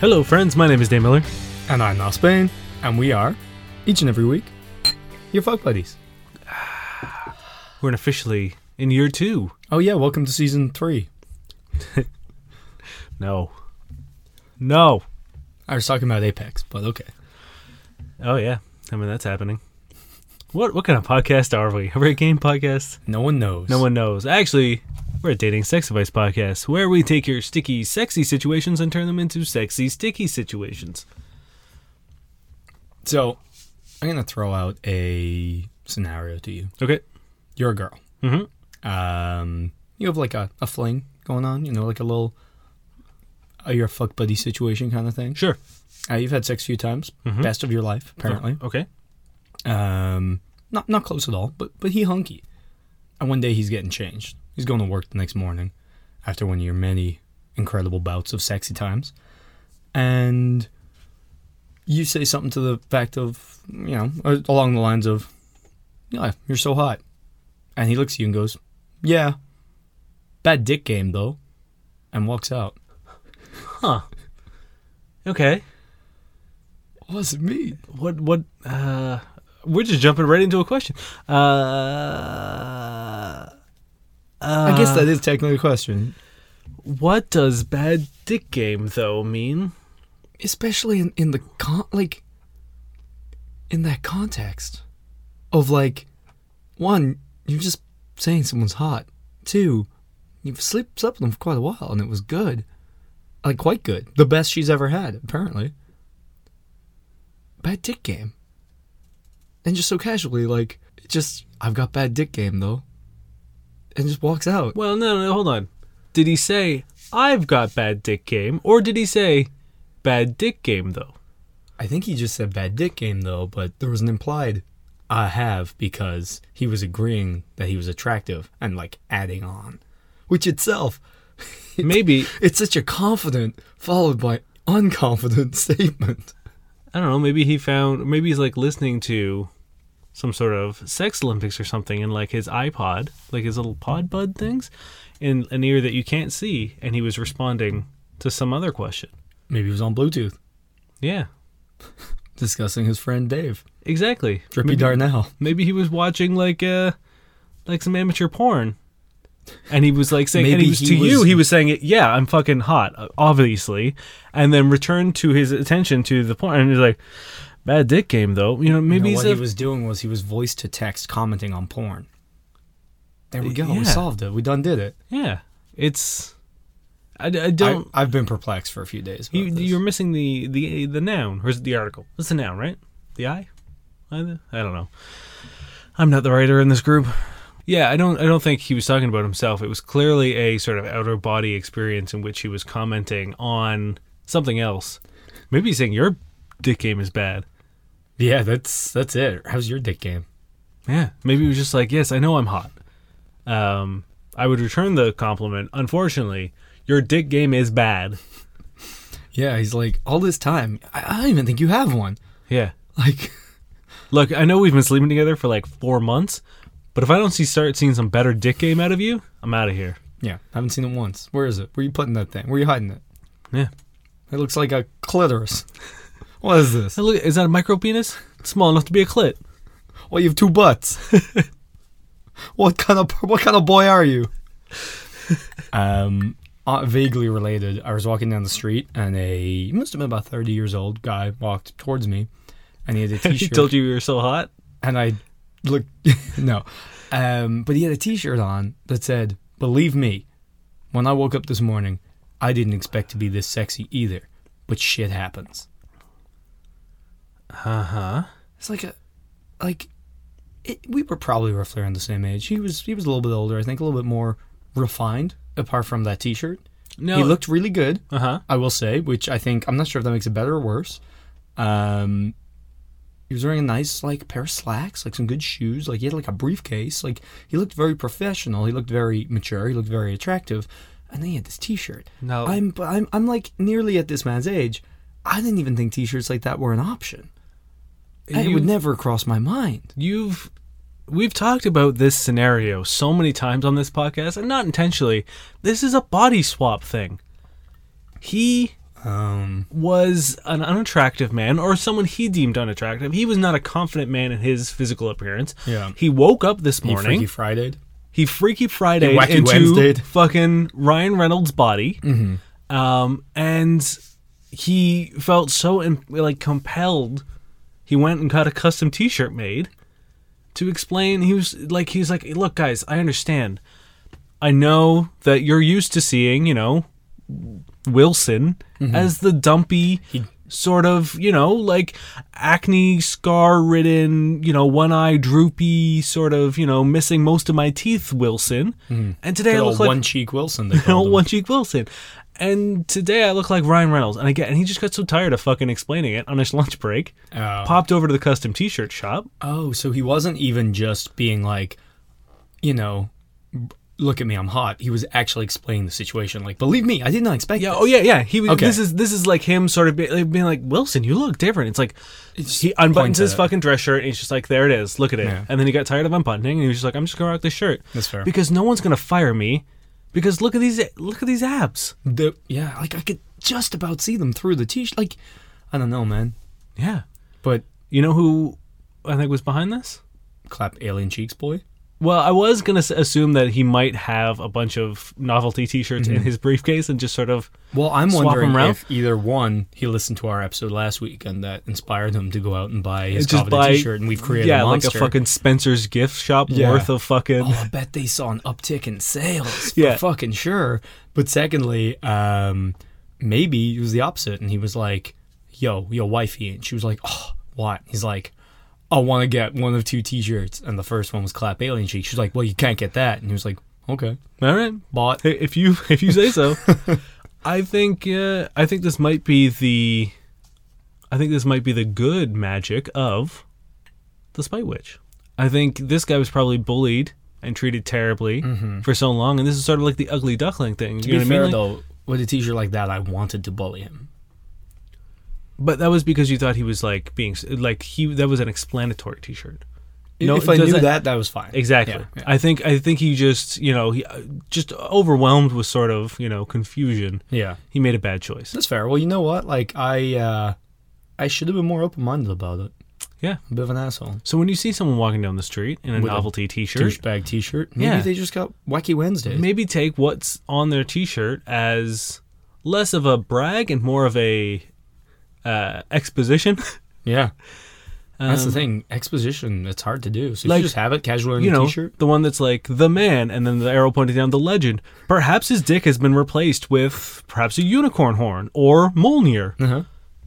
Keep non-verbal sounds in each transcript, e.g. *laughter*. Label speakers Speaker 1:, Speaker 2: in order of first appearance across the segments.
Speaker 1: Hello, friends. My name is Dan Miller.
Speaker 2: And I'm Now Spain, and we are, each and every week, your fuck buddies.
Speaker 1: We're officially in year two.
Speaker 2: Oh yeah, welcome to season three.
Speaker 1: No. No.
Speaker 2: I was talking about Apex, but okay.
Speaker 1: Oh, yeah. I mean, that's happening. What what kind of podcast are we? Are we a game podcast?
Speaker 2: No one knows.
Speaker 1: No one knows. Actually, we're a dating sex advice podcast where we take your sticky, sexy situations and turn them into sexy, sticky situations.
Speaker 2: So, I'm gonna throw out a scenario to you.
Speaker 1: Okay.
Speaker 2: You're a girl.
Speaker 1: Mm-hmm.
Speaker 2: Um, you have like a, a fling going on. You know, like a little, uh, your fuck buddy situation kind of thing.
Speaker 1: Sure.
Speaker 2: Uh, you've had sex a few times,
Speaker 1: Mhm.
Speaker 2: best of your life apparently.
Speaker 1: Okay.
Speaker 2: Um, not not close at all, but but he hunky. And one day he's getting changed. He's going to work the next morning, after one of your many incredible bouts of sexy times, and you say something to the fact of you know uh, along the lines of, "Yeah, you're so hot," and he looks at you and goes, "Yeah, bad dick game though," and walks out.
Speaker 1: Huh. Okay.
Speaker 2: Wasn't me.
Speaker 1: What what uh we're just jumping right into a question. Uh
Speaker 2: I guess that is technically a question,
Speaker 1: What does bad dick game though mean?
Speaker 2: especially in, in the con like in that context of like one you're just saying someone's hot two you've slept slept with them for quite a while and it was good like quite good the best she's ever had apparently bad dick game and just so casually like just i've got bad dick game though and just walks out
Speaker 1: Well, no, no, hold on. Did he say I've got bad dick game or did he say bad dick game though?
Speaker 2: I think he just said bad dick game though, but there was an implied I have because he was agreeing that he was attractive and like adding on, which itself
Speaker 1: Maybe,
Speaker 2: it's such a confident followed by unconfident *laughs* statement.
Speaker 1: I don't know, maybe he found maybe he's like listening to some sort of sex olympics or something in like his iPod, like his little pod bud things in an ear that you can't see and he was responding to some other question.
Speaker 2: Maybe he was on Bluetooth
Speaker 1: Yeah.
Speaker 2: discussing his friend Dave,
Speaker 1: Exactly.
Speaker 2: Drippy
Speaker 1: maybe,
Speaker 2: Darnell.
Speaker 1: maybe he was watching like uh like some amateur porn. And he was like saying, and he
Speaker 2: Maybe
Speaker 1: was,
Speaker 2: he
Speaker 1: to you,
Speaker 2: was-
Speaker 1: he was saying, "Yeah, I'm fucking hot, uh, obviously," and then returned to his attention to the porn, and he's like, "Bad dick game, though." You know,
Speaker 2: You know,
Speaker 1: maybe
Speaker 2: what
Speaker 1: he's
Speaker 2: he
Speaker 1: a,
Speaker 2: was doing was he was voice to text commenting on porn. There we go.
Speaker 1: Yeah.
Speaker 2: We solved it. We done did it.
Speaker 1: yeah, it's. I, I
Speaker 2: I,
Speaker 1: don't.
Speaker 2: I've been perplexed for a few days. About
Speaker 1: you,
Speaker 2: this.
Speaker 1: you're missing the the the noun, or is it the article? It's the noun, right? The I. I I don't know. I'm not the writer in this group. Yeah, I don't. I don't think he was talking about himself. It was clearly a sort of outer body experience in which he was commenting on something else. Maybe he's saying your dick game is bad.
Speaker 2: yeah, that's that's it. How's your dick game?
Speaker 1: Yeah, maybe he was just like, yes, I know I'm hot. Um, I would return the compliment. Unfortunately, your dick game is bad.
Speaker 2: Yeah, he's like, all this time, I, I don't even think you have one. *laughs*
Speaker 1: Yeah.
Speaker 2: Like,
Speaker 1: Look, I know we've been sleeping together for like four months, but if I don't see start seeing some better dick game out of you, I'm out of here.
Speaker 2: yeah, I haven't seen it once. Where is it? Where you putting that thing? Where you hiding it?
Speaker 1: Yeah.
Speaker 2: It looks like a clitoris. *laughs* what is this?
Speaker 1: So look, is that a micro penis? It's small enough to be a clit.
Speaker 2: Well, you have two butts. *laughs* what kind of what kind of boy are you? um, uh, vaguely related. I was walking down the street and a he must have been about thirty years old guy walked towards me, and *laughs* he had a
Speaker 1: He
Speaker 2: t-shirt.
Speaker 1: told you you were so hot.
Speaker 2: and I looked *laughs* no, um, but he had a T-shirt on that said, "Believe me, when I woke up this morning, I didn't expect to be this sexy either, but shit happens."
Speaker 1: Uh huh.
Speaker 2: It's like a, like, it, we were probably roughly around the same age. He was he was a little bit older, I think, a little bit more refined. Apart from that T-shirt,
Speaker 1: No.
Speaker 2: he looked really good.
Speaker 1: Uh huh.
Speaker 2: I will say, which I think I'm not sure if that makes it better or worse. Um, he was wearing a nice like pair of slacks, like some good shoes. Like he had like a briefcase. Like he looked very professional. He looked very mature. He looked very attractive. And then he had this T-shirt.
Speaker 1: No.
Speaker 2: I'm but I'm I'm like nearly at this man's age. I didn't even think T-shirts like that were an option. I- it
Speaker 1: You-
Speaker 2: would never cross my mind.
Speaker 1: You've we've talked about this scenario so many times on this podcast and not intentionally. This is a body swap thing. He
Speaker 2: Um,
Speaker 1: was an unattractive man or someone he deemed unattractive. He was not a confident man in his physical appearance.
Speaker 2: Yeah.
Speaker 1: He woke up this
Speaker 2: he
Speaker 1: morning.
Speaker 2: Freaky Friday.
Speaker 1: He freaky Friday
Speaker 2: He wacky
Speaker 1: into
Speaker 2: Wednesday'd.
Speaker 1: fucking Ryan Reynolds' body, um, and he felt so im like compelled. He went and got a custom T-shirt made to explain. He was like, he's like, look, guys, I understand. I know that you're used to seeing, you know, Wilson
Speaker 2: Mm-hmm.
Speaker 1: as the dumpy. Sort of, you know, like acne scar ridden, you know, one eye droopy, sort of, you know, missing most of my teeth, Wilson. And today I
Speaker 2: Mm-hmm. Good
Speaker 1: look
Speaker 2: old
Speaker 1: like *laughs*
Speaker 2: one cheek Wilson. They
Speaker 1: you know, *laughs*
Speaker 2: called him.
Speaker 1: one cheek Wilson. And today I look like Ryan Reynolds. And I get, and he just got so tired of fucking explaining it on his lunch break.
Speaker 2: Oh.
Speaker 1: Popped over to the custom T-shirt shop.
Speaker 2: Oh, so he wasn't even just being like, you know, b- look at me, I'm hot. He was actually explaining the situation. Like, believe me, I did not expect.
Speaker 1: Yeah.
Speaker 2: this."
Speaker 1: Oh yeah. Yeah. He. was
Speaker 2: Okay.
Speaker 1: This is this is like him sort of be, like, being like Wilson. You look different. It's like
Speaker 2: It's-
Speaker 1: he unbuttons
Speaker 2: points at
Speaker 1: his
Speaker 2: it.
Speaker 1: fucking dress shirt and he's just like, there it is. Look at it.
Speaker 2: Yeah.
Speaker 1: And then he got tired of unbuttoning and he was just like, I'm just gonna rock this shirt.
Speaker 2: That's fair.
Speaker 1: Because no one's gonna fire me. Because look at these look at these abs.
Speaker 2: The- yeah, like I could just about see them through the t-shirt. Like, I don't know, man.
Speaker 1: Yeah.
Speaker 2: But
Speaker 1: You know who I think was behind this?
Speaker 2: clap alien cheeks, boy.
Speaker 1: Well, I was going to assume that he might have a bunch of novelty T-shirts
Speaker 2: Mm-hmm.
Speaker 1: in his briefcase and just sort of.
Speaker 2: Well, I'm
Speaker 1: Swap 'em
Speaker 2: wondering
Speaker 1: around?
Speaker 2: if either one he listened to our episode last week and that inspired him to go out and buy his
Speaker 1: It's just
Speaker 2: coveted
Speaker 1: by-
Speaker 2: t-shirt, and we've created
Speaker 1: yeah,
Speaker 2: a monster.
Speaker 1: like a fucking Spencer's gift shop
Speaker 2: Yeah.
Speaker 1: worth of fucking.
Speaker 2: Oh, I bet they saw an uptick in sales. For
Speaker 1: Yeah.
Speaker 2: fucking sure. But secondly, um, maybe it was the opposite, and he was like, "Yo, yo, wifey," and she was like, "Oh, what?" He's like, "I want to get one of two T-shirts," and the first one was clap alien cheek. She's like, "Well, you can't get that," and he was like, "Okay,
Speaker 1: All right,
Speaker 2: bought."
Speaker 1: Hey, if you if you say
Speaker 2: *laughs*
Speaker 1: so. I think uh, I think this might be the, I think this might be the good magic of, the Spite Witch. I think this guy was probably bullied and treated terribly for so long, and this is sort of like the ugly duckling thing.
Speaker 2: Mm-hmm. To
Speaker 1: you know
Speaker 2: be
Speaker 1: what I
Speaker 2: fair
Speaker 1: mean? Like-
Speaker 2: though, with a T-shirt like that, I wanted to bully him.
Speaker 1: But that was because you thought he was like being like he that was an explanatory T-shirt.
Speaker 2: if I
Speaker 1: does
Speaker 2: knew that, that was fine.
Speaker 1: exactly.
Speaker 2: Yeah, yeah.
Speaker 1: I think I think he just you know he uh, just overwhelmed with sort of you know confusion.
Speaker 2: yeah.
Speaker 1: He made a bad choice.
Speaker 2: That's fair. Well, you know what? Like I, uh, I should have been more open-minded about it.
Speaker 1: Yeah.
Speaker 2: A bit of an asshole.
Speaker 1: So when you see someone walking down the street in a
Speaker 2: With a
Speaker 1: novelty T-shirt,
Speaker 2: douchebag T-shirt. Maybe
Speaker 1: Yeah.
Speaker 2: they just got Wacky Wednesdays.
Speaker 1: maybe take what's on their T-shirt as less of a brag and more of a uh, exposition. *laughs*
Speaker 2: Yeah, that's
Speaker 1: Um,
Speaker 2: the thing. Exposition. It's hard to do. So if
Speaker 1: like,
Speaker 2: you just have it casual in
Speaker 1: you
Speaker 2: a
Speaker 1: know,
Speaker 2: T-shirt.
Speaker 1: the one that's like the man, and then the arrow pointing down the legend. Perhaps his dick has been replaced with perhaps a unicorn horn or Molnir.
Speaker 2: Uh-huh.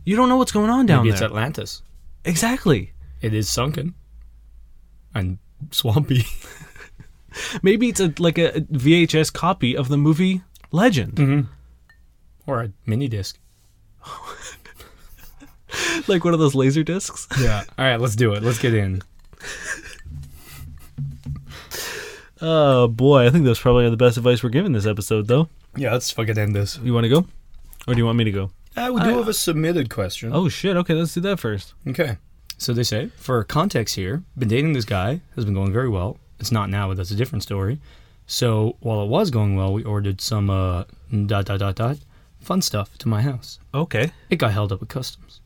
Speaker 1: You don't know what's going on down
Speaker 2: Maybe it's
Speaker 1: there.
Speaker 2: Atlantis.
Speaker 1: exactly.
Speaker 2: It is sunken and swampy. *laughs*
Speaker 1: Maybe it's a, like a VHS copy of the movie Legend.
Speaker 2: Mm-hmm. or a mini disc.
Speaker 1: *laughs* Like one of those laser discs.
Speaker 2: Yeah. All right, let's do it. Let's get in.
Speaker 1: Oh boy, I think that's probably the best advice we're giving this episode, though.
Speaker 2: Yeah, let's fucking end this.
Speaker 1: You want to go, or do you want me to go?
Speaker 2: Uh, I we do have a submitted question.
Speaker 1: Oh shit! Okay, let's do that first.
Speaker 2: Okay. So they say, for context here, been dating this guy, has been going very well. It's not now, but that's a different story. So while it was going well, we ordered some uh, dot dot dot dot fun stuff to my house.
Speaker 1: Okay.
Speaker 2: It got held up at customs.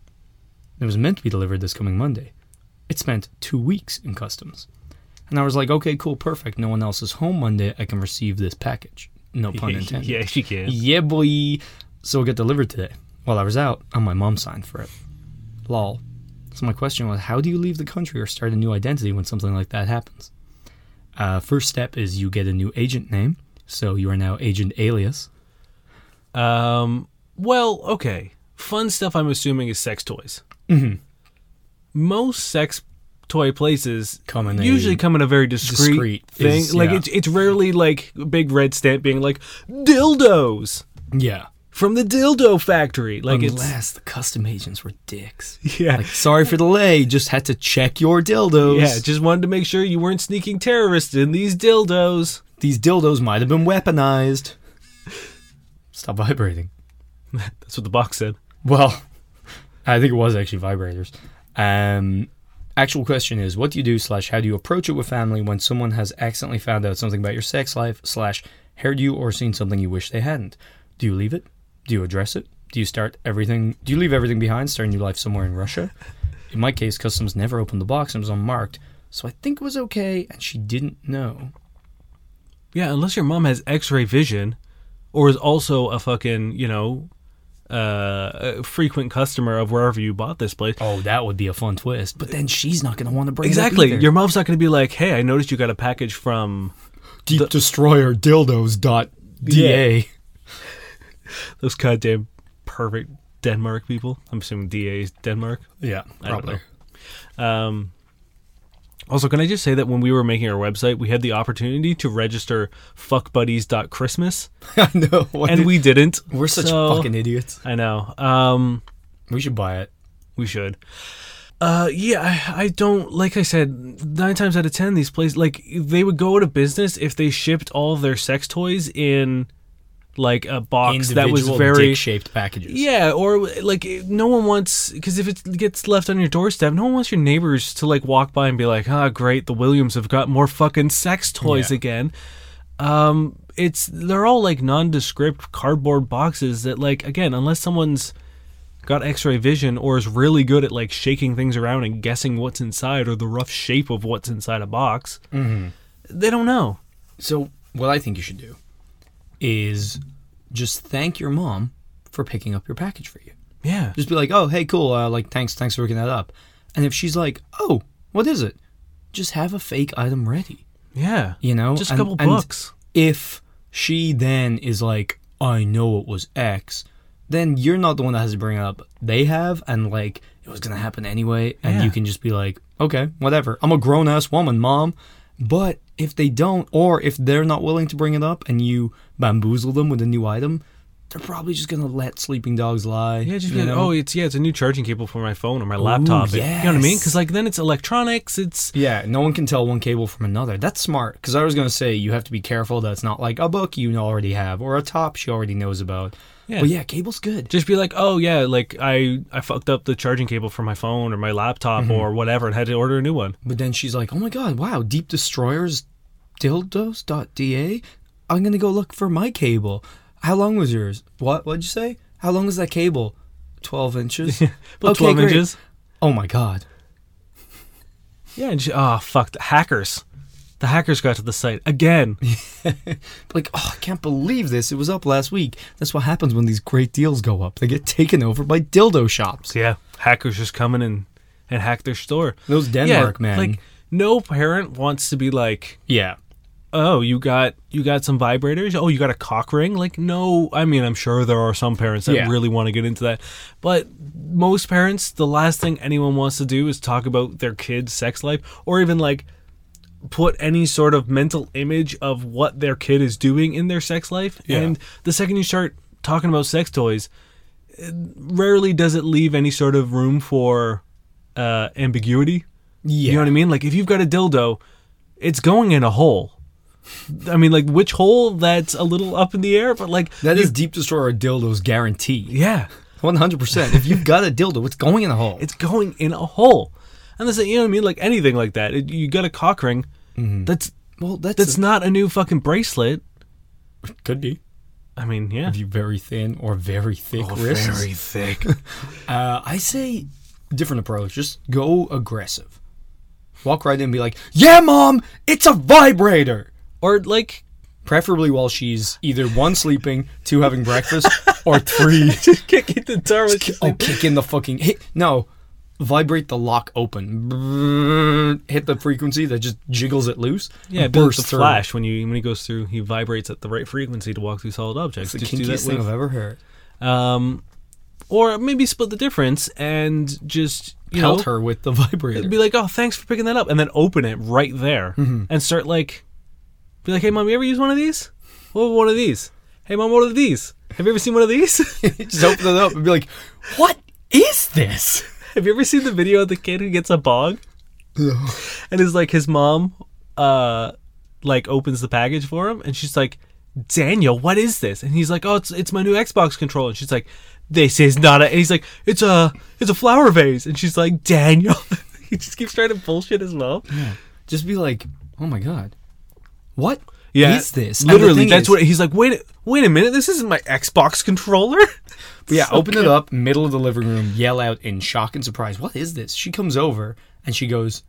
Speaker 2: It was meant to be delivered this coming Monday. It spent two weeks in customs. And I was like, okay, cool, perfect. No one else is home Monday. I can receive this package. No pun
Speaker 1: *laughs*
Speaker 2: intended.
Speaker 1: yeah, she can.
Speaker 2: Yeah, boy. So it got delivered today. While I was out, and my mom signed for it. Lol. So my question was, how do you leave the country or start a new identity when something like that happens? Uh, first step is you get a new agent name, so you are now Agent Alias.
Speaker 1: Um. Well, okay. Fun stuff. I'm assuming is sex toys. Mm-hmm. Most sex toy places
Speaker 2: Come in a-
Speaker 1: usually come in a very discreet,
Speaker 2: Discreet
Speaker 1: thing.
Speaker 2: is-
Speaker 1: like
Speaker 2: yeah.
Speaker 1: it's it's rarely like big red stamp being like dildos
Speaker 2: Yeah.
Speaker 1: from the dildo factory. Like it's
Speaker 2: Unless the custom agents were dicks.
Speaker 1: *laughs* yeah.
Speaker 2: Like, sorry for the delay, just had to check your dildos.
Speaker 1: yeah, just wanted to make sure you weren't sneaking terrorists in these dildos.
Speaker 2: These dildos might have been weaponized. Stop vibrating.
Speaker 1: That's what the box said.
Speaker 2: Well, *laughs* I think it was actually vibrators. Um, actual question is, what do you do slash how do you approach it with family when someone has accidentally found out something about your sex life slash heard you or seen something you wish they hadn't? Do you leave it? Do you address it? Do you start everything? Do you leave everything behind, start a new life somewhere
Speaker 1: *laughs*
Speaker 2: in Russia? In my case, customs never opened the box and it was unmarked, so I think it was okay, and she didn't know.
Speaker 1: Yeah, unless your mom has X-ray vision, or is also a fucking you know, uh, a frequent customer of wherever you bought this place.
Speaker 2: Oh, that would be a fun twist. But then she's not going to want to bring
Speaker 1: Exactly.
Speaker 2: It up either.
Speaker 1: Your mom's not going to be like, "Hey, I noticed you got a package from
Speaker 2: Deep Destroyer Dildos dot
Speaker 1: DA. those goddamn perfect Denmark people." I'm assuming DA is Denmark.
Speaker 2: Yeah,
Speaker 1: I don't
Speaker 2: probably.
Speaker 1: Um, also, can I just say that when we were making our website, we had the opportunity to register fuckbuddies.christmas,
Speaker 2: I know. *laughs* Why
Speaker 1: and
Speaker 2: did-
Speaker 1: we didn't.
Speaker 2: we're such
Speaker 1: So-
Speaker 2: fucking idiots.
Speaker 1: I know. Um,
Speaker 2: We should buy it.
Speaker 1: we should. Uh, yeah, I, I don't. Like I said, nine times out of ten, these places like they would go out of business if they shipped all of their sex toys in like a box that was
Speaker 2: Individual
Speaker 1: very
Speaker 2: dick-shaped packages.
Speaker 1: Yeah, or like no one wants because if it gets left on your doorstep, no one wants your neighbors to like walk by and be like, "Ah, great, the Williams have got more fucking sex toys
Speaker 2: Yeah.
Speaker 1: again." Um, it's they're all like nondescript cardboard boxes that like again, unless someone's got X-ray vision or is really good at like shaking things around and guessing what's inside or the rough shape of what's inside a box,
Speaker 2: Mm-hmm.
Speaker 1: they don't know.
Speaker 2: So what I think you should do is just thank your mom for picking up your package for you.
Speaker 1: Yeah,
Speaker 2: Just be like, oh, hey, cool. Uh, like, thanks, thanks for picking that up. And if she's like, oh, what is it? Just have a fake item ready.
Speaker 1: yeah,
Speaker 2: You know,
Speaker 1: just a
Speaker 2: And-
Speaker 1: couple
Speaker 2: and
Speaker 1: books.
Speaker 2: If she then is like, I know it was X, then you're not the one that has to bring it up. They have, and like, it was gonna happen anyway. And
Speaker 1: Yeah.
Speaker 2: you can just be like, okay, whatever. I'm a grown ass woman, mom. But if they don't, or if they're not willing to bring it up, and you bamboozle them with a new item, they're probably just gonna let sleeping dogs lie.
Speaker 1: Yeah, just
Speaker 2: you
Speaker 1: be like,
Speaker 2: know?
Speaker 1: oh, it's yeah, it's a new charging cable for my phone or my laptop. It- You know what I mean?
Speaker 2: yes.
Speaker 1: Because like then it's electronics. It's
Speaker 2: Yeah, no one can tell one cable from another. That's smart. Because I was going to say, you have to be careful that it's not like a book you already have or a top she already knows about.
Speaker 1: Yeah.
Speaker 2: But yeah, cable's good.
Speaker 1: just be like, oh yeah, like I I fucked up the charging cable for my phone or my laptop or whatever, and had to order a new one.
Speaker 2: But then she's like, oh my god, wow, Deep Destroyers dildos.da? I'm going to go look for my cable. How long was yours? What? What'd you say? How long was that cable? 12 inches?
Speaker 1: *laughs* About
Speaker 2: Okay,
Speaker 1: twelve
Speaker 2: great.
Speaker 1: inches.
Speaker 2: Oh my god.
Speaker 1: Yeah. And she, oh fuck, the hackers. The hackers got to the site *laughs* again.
Speaker 2: Like, oh, I can't believe this. It was up last week. That's what happens when these great deals go up. They get taken over by dildo shops.
Speaker 1: yeah, hackers just coming and and hack their store.
Speaker 2: Those Denmark,
Speaker 1: yeah,
Speaker 2: man.
Speaker 1: Like no parent wants to be like,
Speaker 2: yeah.
Speaker 1: oh you got you got some vibrators oh you got a cock ring like no i mean i'm sure there are some parents that
Speaker 2: Yeah.
Speaker 1: really want to get into that but most parents the last thing anyone wants to do is talk about their kids sex life or even like put any sort of mental image of what their kid is doing in their sex life
Speaker 2: Yeah.
Speaker 1: and the second you start talking about sex toys eh, rarely does it leave any sort of room for uh, ambiguity
Speaker 2: Yeah.
Speaker 1: you know what I mean? Like if you've got a dildo, it's going in a hole. I mean, like which hole? That's a little up in the air, but like,
Speaker 2: That is Deep Destroyer Dildo's guarantee.
Speaker 1: yeah,
Speaker 2: 100%. If you've got a dildo, it's going in the hole.
Speaker 1: it's going in a hole. And that's it, you know what I mean? Like anything like that. It- you got a cock ring.
Speaker 2: Mm-hmm.
Speaker 1: That's
Speaker 2: well, that's,
Speaker 1: that's not a new fucking bracelet.
Speaker 2: could be.
Speaker 1: I mean, yeah,
Speaker 2: If you very thin or very thick wrists.
Speaker 1: very thick.
Speaker 2: Uh, I say different approach. Just go aggressive. Walk right in and be like, yeah, mom, it's a vibrator.
Speaker 1: *laughs* or like,
Speaker 2: *laughs* Preferably while she's either one, sleeping, two, having breakfast, or three,
Speaker 1: kicking the door with
Speaker 2: oh, kick in the fucking. Hit, no, vibrate the lock open. Brrrr, Hit the frequency that just jiggles it loose.
Speaker 1: yeah,
Speaker 2: and
Speaker 1: it builds the
Speaker 2: through.
Speaker 1: flash when you when he goes through, he vibrates at the right frequency to walk through solid objects.
Speaker 2: It's
Speaker 1: Just do
Speaker 2: the
Speaker 1: that
Speaker 2: kinkiest thing
Speaker 1: with
Speaker 2: I've ever heard.
Speaker 1: um, or maybe split the difference and just you know
Speaker 2: Pelt her Mm-hmm. with the vibrator.
Speaker 1: be like, oh, thanks for picking that up, and then open it right there and start like, be like, hey, mom, you ever use one of these? What about one of these? Hey, mom, what are these? Have you ever seen one of these? *laughs*
Speaker 2: *laughs* Just open it up and be like, "What is this?" *laughs*
Speaker 1: Have you ever seen the video of the kid who gets a bog? And is like his mom, uh, like opens the package for him, and she's like, Daniel, what is this? And he's like, Oh, it's it's my new Xbox controller. And she's like, This is not a. And he's like, It's a it's a flower vase. And she's like, Daniel. *laughs* he just keeps trying to bullshit his mom.
Speaker 2: Just be like, "Oh my god, what?"
Speaker 1: Yeah,
Speaker 2: is this? And the
Speaker 1: Literally,
Speaker 2: thing
Speaker 1: that's
Speaker 2: is-
Speaker 1: what he's like. Wait, wait a minute. This isn't my Xbox controller. *laughs*
Speaker 2: But yeah, open it up, middle of the living room, yell out in shock and surprise, "What is this?" She comes over and she goes,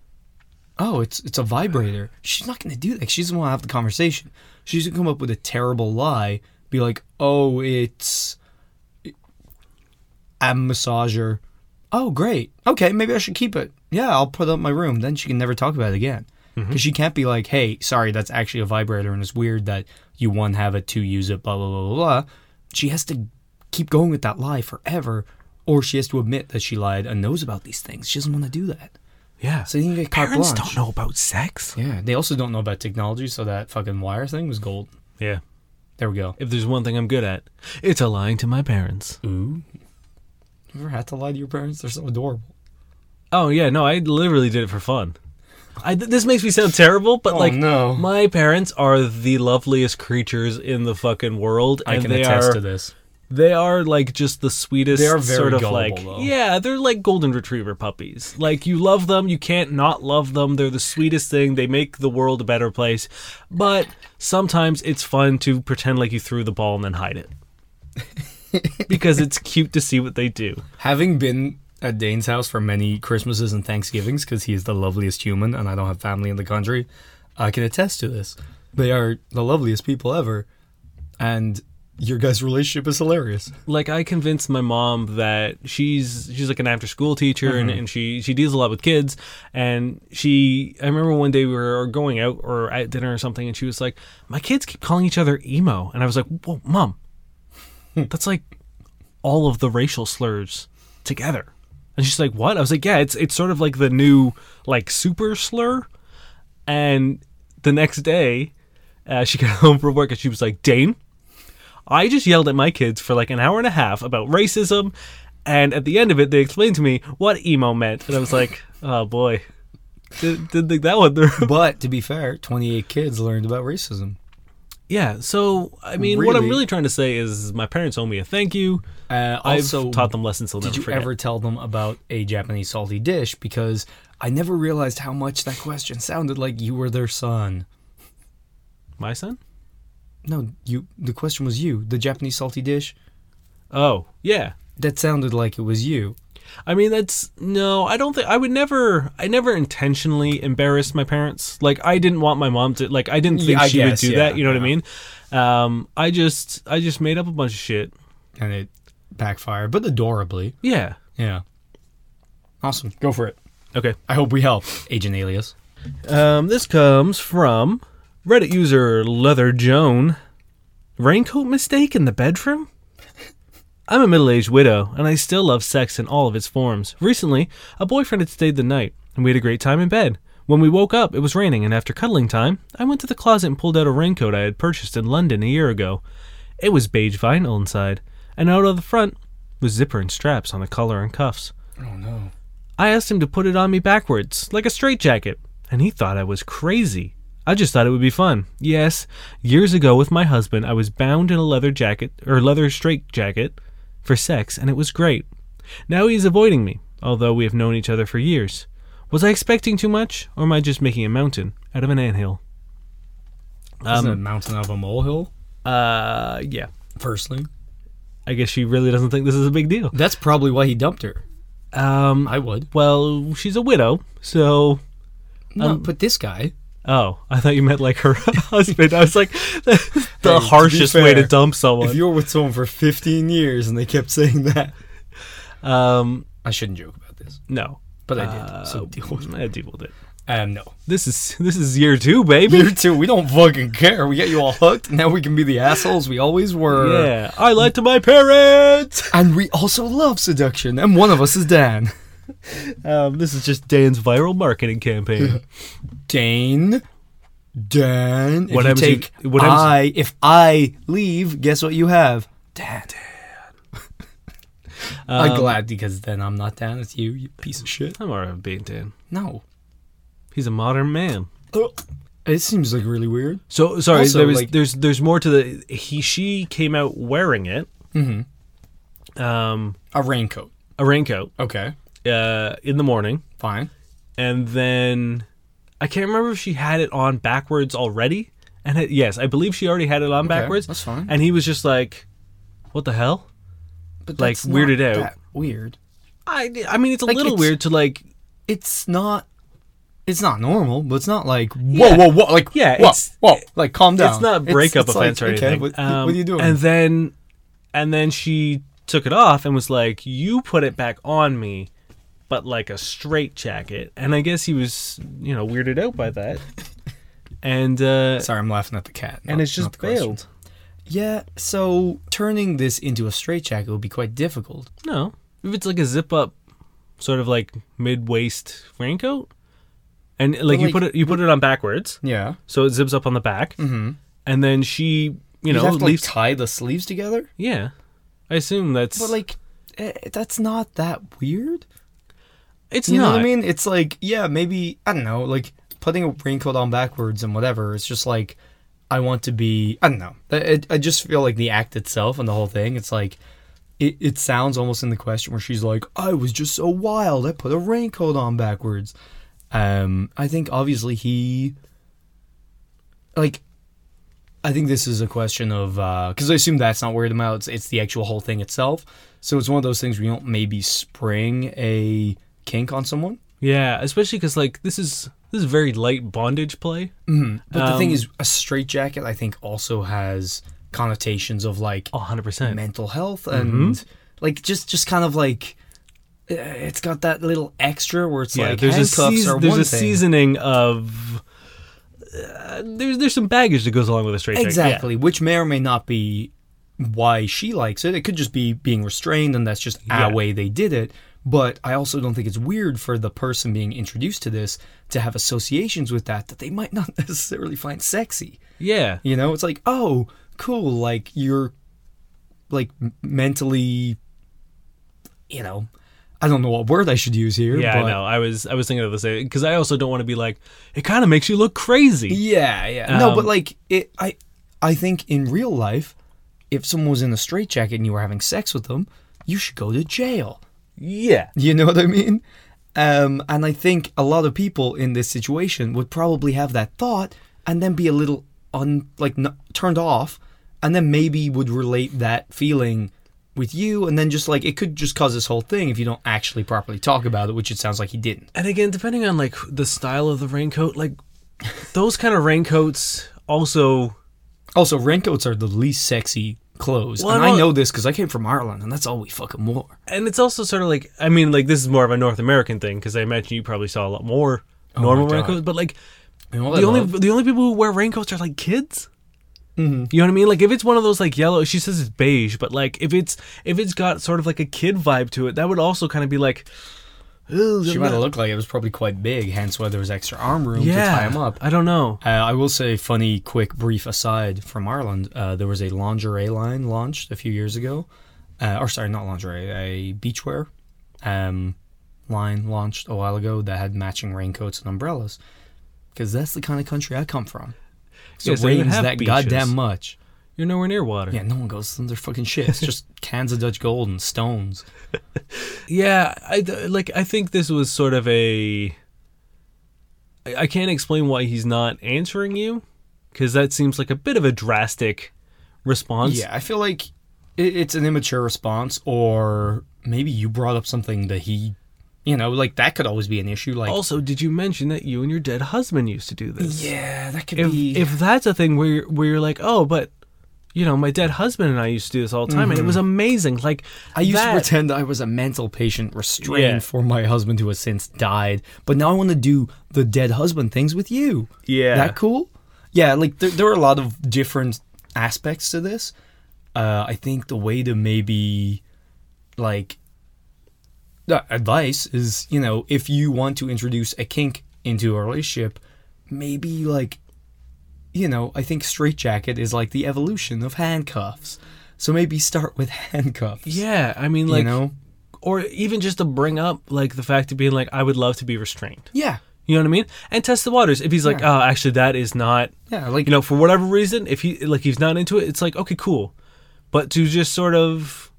Speaker 2: "Oh, it's it's a vibrator." She's not going to do that. She doesn't want to have the conversation. She's going to come up with a terrible lie, be like, "Oh, it's a massager." Oh, great. Okay, maybe I should keep it. Yeah, I'll put it up in my room. Then she can never talk about it again.
Speaker 1: Mm-hmm.
Speaker 2: Because she can't be like, hey, sorry, that's actually a vibrator, and it's weird that you one have it, two use it, blah, blah, blah, blah, blah. She has to keep going with that lie forever, or she has to admit that she lied and knows about these things. She doesn't want to do that.
Speaker 1: Yeah.
Speaker 2: So you can get carte
Speaker 1: parents
Speaker 2: blanche.
Speaker 1: don't know about sex.
Speaker 2: Yeah, they also don't know about technology, so that fucking wire thing was gold.
Speaker 1: Yeah.
Speaker 2: There we go.
Speaker 1: If there's one thing I'm good at, it's a lying to my parents.
Speaker 2: Ooh. You ever had to lie to your parents? They're so adorable.
Speaker 1: Oh yeah, no, I literally did it for fun. I, th- this makes me sound terrible, but
Speaker 2: Oh,
Speaker 1: like,
Speaker 2: no.
Speaker 1: my parents are the loveliest creatures in the fucking world,
Speaker 2: I
Speaker 1: and
Speaker 2: can
Speaker 1: they
Speaker 2: attest
Speaker 1: are
Speaker 2: to this.
Speaker 1: they are like just the sweetest.
Speaker 2: They are very
Speaker 1: sort of
Speaker 2: gullible,
Speaker 1: like
Speaker 2: though.
Speaker 1: yeah, they're like golden retriever puppies. Like you love them, you can't not love them. They're the sweetest thing. They make the world a better place, but sometimes it's fun to pretend like you threw the ball and then hide
Speaker 2: *laughs*
Speaker 1: it because it's cute to see what they do.
Speaker 2: Having been at Dane's house for many Christmases and Thanksgivings, because he is the loveliest human and I don't have family in the country, I can attest to this. They are the loveliest people ever, and your guys' relationship is hilarious. *laughs*
Speaker 1: like I convinced my mom that she's she's like an after school teacher and, and she she deals a lot with kids and she I remember one day we were going out or at dinner or something and she was like my kids keep calling each other emo and I was like whoa mom that's like all of the racial slurs together and she's like what I was like yeah it's it's sort of like the new like super slur and the next day uh, she *laughs* got home from work and she was like Dane I just yelled at my kids for like an hour and a half about racism, and at the end of it, they explained to me what emo meant, and I was
Speaker 2: *laughs*
Speaker 1: like, oh boy, didn't, didn't think that one through. *laughs*
Speaker 2: But to be fair, 28 kids learned about racism.
Speaker 1: yeah, so I mean, what I'm
Speaker 2: Really?
Speaker 1: really trying to say is my parents owe me a thank you.
Speaker 2: Uh,
Speaker 1: I've
Speaker 2: also,
Speaker 1: taught them lessons they'll
Speaker 2: did
Speaker 1: never
Speaker 2: you
Speaker 1: forget.
Speaker 2: ever tell them about a Japanese salty dish? Because I never realized how much that question sounded like you were their son.
Speaker 1: my son?
Speaker 2: No, you. The question was you. The Japanese salty dish.
Speaker 1: Oh yeah.
Speaker 2: That sounded like it was you.
Speaker 1: I mean, that's no. I don't think I would never. I never intentionally embarrassed my parents. Like I didn't want my mom to. Like I didn't think
Speaker 2: Yeah, I
Speaker 1: she
Speaker 2: guess,
Speaker 1: would do
Speaker 2: yeah,
Speaker 1: that. You know what I
Speaker 2: yeah.
Speaker 1: mean? Um, I just. I just made up a bunch of shit.
Speaker 2: and it backfired, but adorably.
Speaker 1: Yeah.
Speaker 2: Yeah. Awesome. Go for it.
Speaker 1: Okay.
Speaker 2: I hope we help, Agent Alias.
Speaker 1: Um, this comes from Reddit user Leather Joan. Raincoat mistake in the bedroom? I'm a middle aged widow, and I still love sex in all of its forms. Recently, a boyfriend had stayed the night, and we had a great time in bed. When we woke up, it was raining, and after cuddling time, I went to the closet and pulled out a raincoat I had purchased in London a year ago. It was beige vinyl inside, and out of the front was zipper and straps on the collar and cuffs.
Speaker 2: Oh no.
Speaker 1: I asked him to put it on me backwards, like a straitjacket, and he thought I was crazy. I just thought it would be fun. Yes, years ago with my husband, I was bound in a leather jacket or leather straitjacket for sex, and it was great. Now he's avoiding me, although we have known each other for years. Was I expecting too much, or am I just making a mountain out of an anthill?
Speaker 2: Isn't it a mountain out of a molehill?
Speaker 1: Uh, yeah.
Speaker 2: Personally,
Speaker 1: I guess she really doesn't think this is a big deal.
Speaker 2: that's probably why he dumped her.
Speaker 1: Um,
Speaker 2: I would.
Speaker 1: well, she's a widow, so
Speaker 2: No, Um, but this guy.
Speaker 1: Oh, I thought you meant like her *laughs* husband. I was like, *laughs* the,
Speaker 2: Hey, to
Speaker 1: the
Speaker 2: be
Speaker 1: harshest way to
Speaker 2: fair,
Speaker 1: dump someone.
Speaker 2: you were with someone for 15 years and they kept saying that,
Speaker 1: um,
Speaker 2: I shouldn't joke about this,
Speaker 1: no, Uh,
Speaker 2: but I did. so deal with it.
Speaker 1: I deal with it.
Speaker 2: Uh, *laughs* Um, no.
Speaker 1: This is this is year two, baby.
Speaker 2: You too. We don't fucking care. We got you all hooked. Now we can be the assholes we always were.
Speaker 1: yeah, I lied to my parents.
Speaker 2: And we also love seduction. And one of us is Dan.
Speaker 1: Um, this is just Dan's viral marketing *laughs* campaign.
Speaker 2: Dane, Dan.
Speaker 1: What
Speaker 2: if you
Speaker 1: happens
Speaker 2: take
Speaker 1: if- what happens-
Speaker 2: I, if I leave, guess what you have? Dan. I'm glad because then I'm not Dan. It's you, you piece of shit.
Speaker 1: I'm alright with being Dan.
Speaker 2: No.
Speaker 1: He's a modern man.
Speaker 2: It seems like really weird.
Speaker 1: So sorry,
Speaker 2: Also,
Speaker 1: there was,
Speaker 2: like-
Speaker 1: there's there's more to the he she came out wearing it. Mm-hmm. Um,
Speaker 2: A raincoat.
Speaker 1: a raincoat
Speaker 2: Okay.
Speaker 1: uh, in the morning.
Speaker 2: Fine.
Speaker 1: and then I can't remember if she had it on backwards already, And it, yes, I believe she already had it on
Speaker 2: Okay,
Speaker 1: backwards.
Speaker 2: that's fine.
Speaker 1: And he was just like, "What the hell?"
Speaker 2: But
Speaker 1: Like,
Speaker 2: that's not
Speaker 1: weirded out.
Speaker 2: that weird.
Speaker 1: I, I mean, it's a
Speaker 2: Like,
Speaker 1: little
Speaker 2: it's-
Speaker 1: weird to like.
Speaker 2: It's not. It's not normal, but it's not like whoa,
Speaker 1: Yeah.
Speaker 2: whoa, whoa, like
Speaker 1: Yeah,
Speaker 2: whoa,
Speaker 1: it's-
Speaker 2: whoa, like calm down.
Speaker 1: It's not breakup
Speaker 2: it's
Speaker 1: offense
Speaker 2: like,
Speaker 1: or
Speaker 2: okay,
Speaker 1: anything.
Speaker 2: What,
Speaker 1: Um,
Speaker 2: what are you doing?
Speaker 1: And then, and then she took it off and was like, "You put it back on me." But like a straight jacket, and I guess he was, you know, weirded out by
Speaker 2: *laughs*
Speaker 1: that, and uh, Oh,
Speaker 2: Sorry, I'm laughing at the cat.
Speaker 1: and
Speaker 2: not-
Speaker 1: it's
Speaker 2: not
Speaker 1: just
Speaker 2: the question.
Speaker 1: bailed.
Speaker 2: Yeah, so turning this into a straitjacket would be quite difficult.
Speaker 1: No, if it's like a zip up, sort of like mid waist raincoat, and like, you
Speaker 2: like,
Speaker 1: put it you put it on backwards,
Speaker 2: Yeah,
Speaker 1: so it zips up on the back, mm-hmm. and then she, you
Speaker 2: you
Speaker 1: know,
Speaker 2: have to like,
Speaker 1: leaves.
Speaker 2: tie the sleeves together.
Speaker 1: yeah, I assume that's
Speaker 2: But like, eh, that's not that weird.
Speaker 1: it's
Speaker 2: You
Speaker 1: not.
Speaker 2: know what I mean? It's like, yeah, maybe I don't know, like putting a raincoat on backwards and whatever. It's just like, I want to be. I don't know. I, I- I just feel like the act itself and the whole thing. It's like. It, it sounds almost in the question where she's like, I was just so wild. I put a raincoat on backwards. Um, I think obviously he like I think this is a question of because I assume that's not where the out. It's, it's the actual whole thing itself. So it's one of those things where you don't maybe spring a kink on someone.
Speaker 1: Yeah, especially because like this is this is very light bondage play.
Speaker 2: Mm. But the
Speaker 1: Um,
Speaker 2: thing is, a straitjacket I think also has connotations of like
Speaker 1: hundred percent.
Speaker 2: mental health
Speaker 1: Mm-hmm.
Speaker 2: and like just just kind of like uh, it's got that little extra where it's
Speaker 1: Yeah,
Speaker 2: like
Speaker 1: there's a
Speaker 2: handcuffs
Speaker 1: seas-
Speaker 2: are
Speaker 1: there's
Speaker 2: one
Speaker 1: a
Speaker 2: thing.
Speaker 1: seasoning of uh, there's there's some baggage that goes along with a straight jacket.
Speaker 2: Exactly, which may or may not be why she likes it. It could just be being restrained, and that's just our
Speaker 1: Yeah.
Speaker 2: way they did it. But I also don't think it's weird for the person being introduced to this to have associations with that that they might not *laughs* necessarily find sexy.
Speaker 1: Yeah. yeah.
Speaker 2: You know, it's like, oh, cool, like you're like m- mentally, you know, I don't know what word I should use here.
Speaker 1: Yeah,
Speaker 2: but
Speaker 1: I know. I was I was thinking of the same because I also don't want to be like it. Kind of makes you look crazy.
Speaker 2: Yeah, yeah. no, but
Speaker 1: Um,
Speaker 2: like it, I, I think in real life, if someone was in a straitjacket and you were having sex with them, you should go to jail. *laughs*
Speaker 1: Yeah,
Speaker 2: You know what I mean? Um, and I think a lot of people in this situation would probably have that thought and then be a little un like n- turned off, and then maybe would relate that feeling with you, and then just like it could just cause this whole thing if you don't actually properly talk about it, which it sounds like he didn't.
Speaker 1: and again, depending on like the style of the raincoat, like those kind of raincoats also.
Speaker 2: Also, raincoats are the least sexy clothes,
Speaker 1: Well,
Speaker 2: and
Speaker 1: I
Speaker 2: I
Speaker 1: don't-
Speaker 2: know this because I came from Ireland, and that's all we fucking wore.
Speaker 1: And it's also sort of like I mean, like this is more of a North American thing because I imagine you probably saw a lot more normal
Speaker 2: Oh God.
Speaker 1: raincoats, but like
Speaker 2: You know what I
Speaker 1: the only
Speaker 2: love? Mm-hmm.
Speaker 1: the only people who wear raincoats are like kids. You know what I mean? Like if it's one of those like yellow, she says it's beige, but like if it's if it's got sort of like a kid vibe to it, that would also kind of be like. "Ooh,
Speaker 2: she
Speaker 1: I'm
Speaker 2: might have
Speaker 1: not-"
Speaker 2: looked like it was probably quite big, hence why there was extra arm room to
Speaker 1: yeah,
Speaker 2: tie him up.
Speaker 1: I don't know.
Speaker 2: Uh, I will say, funny, quick, brief aside from Ireland, uh, there was a lingerie line launched a few years ago, uh, or sorry, not lingerie, a beachwear um, line launched a while ago that had matching raincoats and umbrellas, because that's the kind of country I come from. So
Speaker 1: Yeah,
Speaker 2: it
Speaker 1: so they would
Speaker 2: rains
Speaker 1: have
Speaker 2: that
Speaker 1: beaches.
Speaker 2: goddamn much.
Speaker 1: You're nowhere near water.
Speaker 2: Yeah, no one goes to their fucking shit.
Speaker 1: *laughs*
Speaker 2: It's just cans of Dutch gold and stones.
Speaker 1: Yeah, I th- like. I think this was sort of a. I, I can't explain why he's not answering you, because that seems like a bit of a drastic response.
Speaker 2: Yeah, I feel like it, it's an immature response, or maybe you brought up something that he, you know, like that could always be an issue. Like,
Speaker 1: Also, did you mention that you and your dead husband used to do this?
Speaker 2: yeah, that could
Speaker 1: if
Speaker 2: be.
Speaker 1: if that's a thing where you're, where you're like, oh, but you know, my dead husband and I used to do this all the time, and it was amazing. Like
Speaker 2: I used
Speaker 1: that-
Speaker 2: to pretend I was a mental patient restrained
Speaker 1: Yeah.
Speaker 2: for my husband who has since died, but now I want to do the dead husband things with you. that cool? Yeah, like there, there are a lot of different aspects to this. Uh, I think the way to maybe like the advice is, you know, if you want to introduce a kink into a relationship, maybe like you know, I think straitjacket is like the evolution of handcuffs. So maybe start with *laughs* handcuffs.
Speaker 1: yeah. I mean, like,
Speaker 2: you know?
Speaker 1: or even just to bring up like the fact of being like, I would love to be restrained.
Speaker 2: Yeah.
Speaker 1: You know what I mean? And test the waters. If he's like, oh, actually, that is not.
Speaker 2: Yeah, like
Speaker 1: You know, for whatever reason, if he like he's not into it, it's like okay, cool. But to just sort of,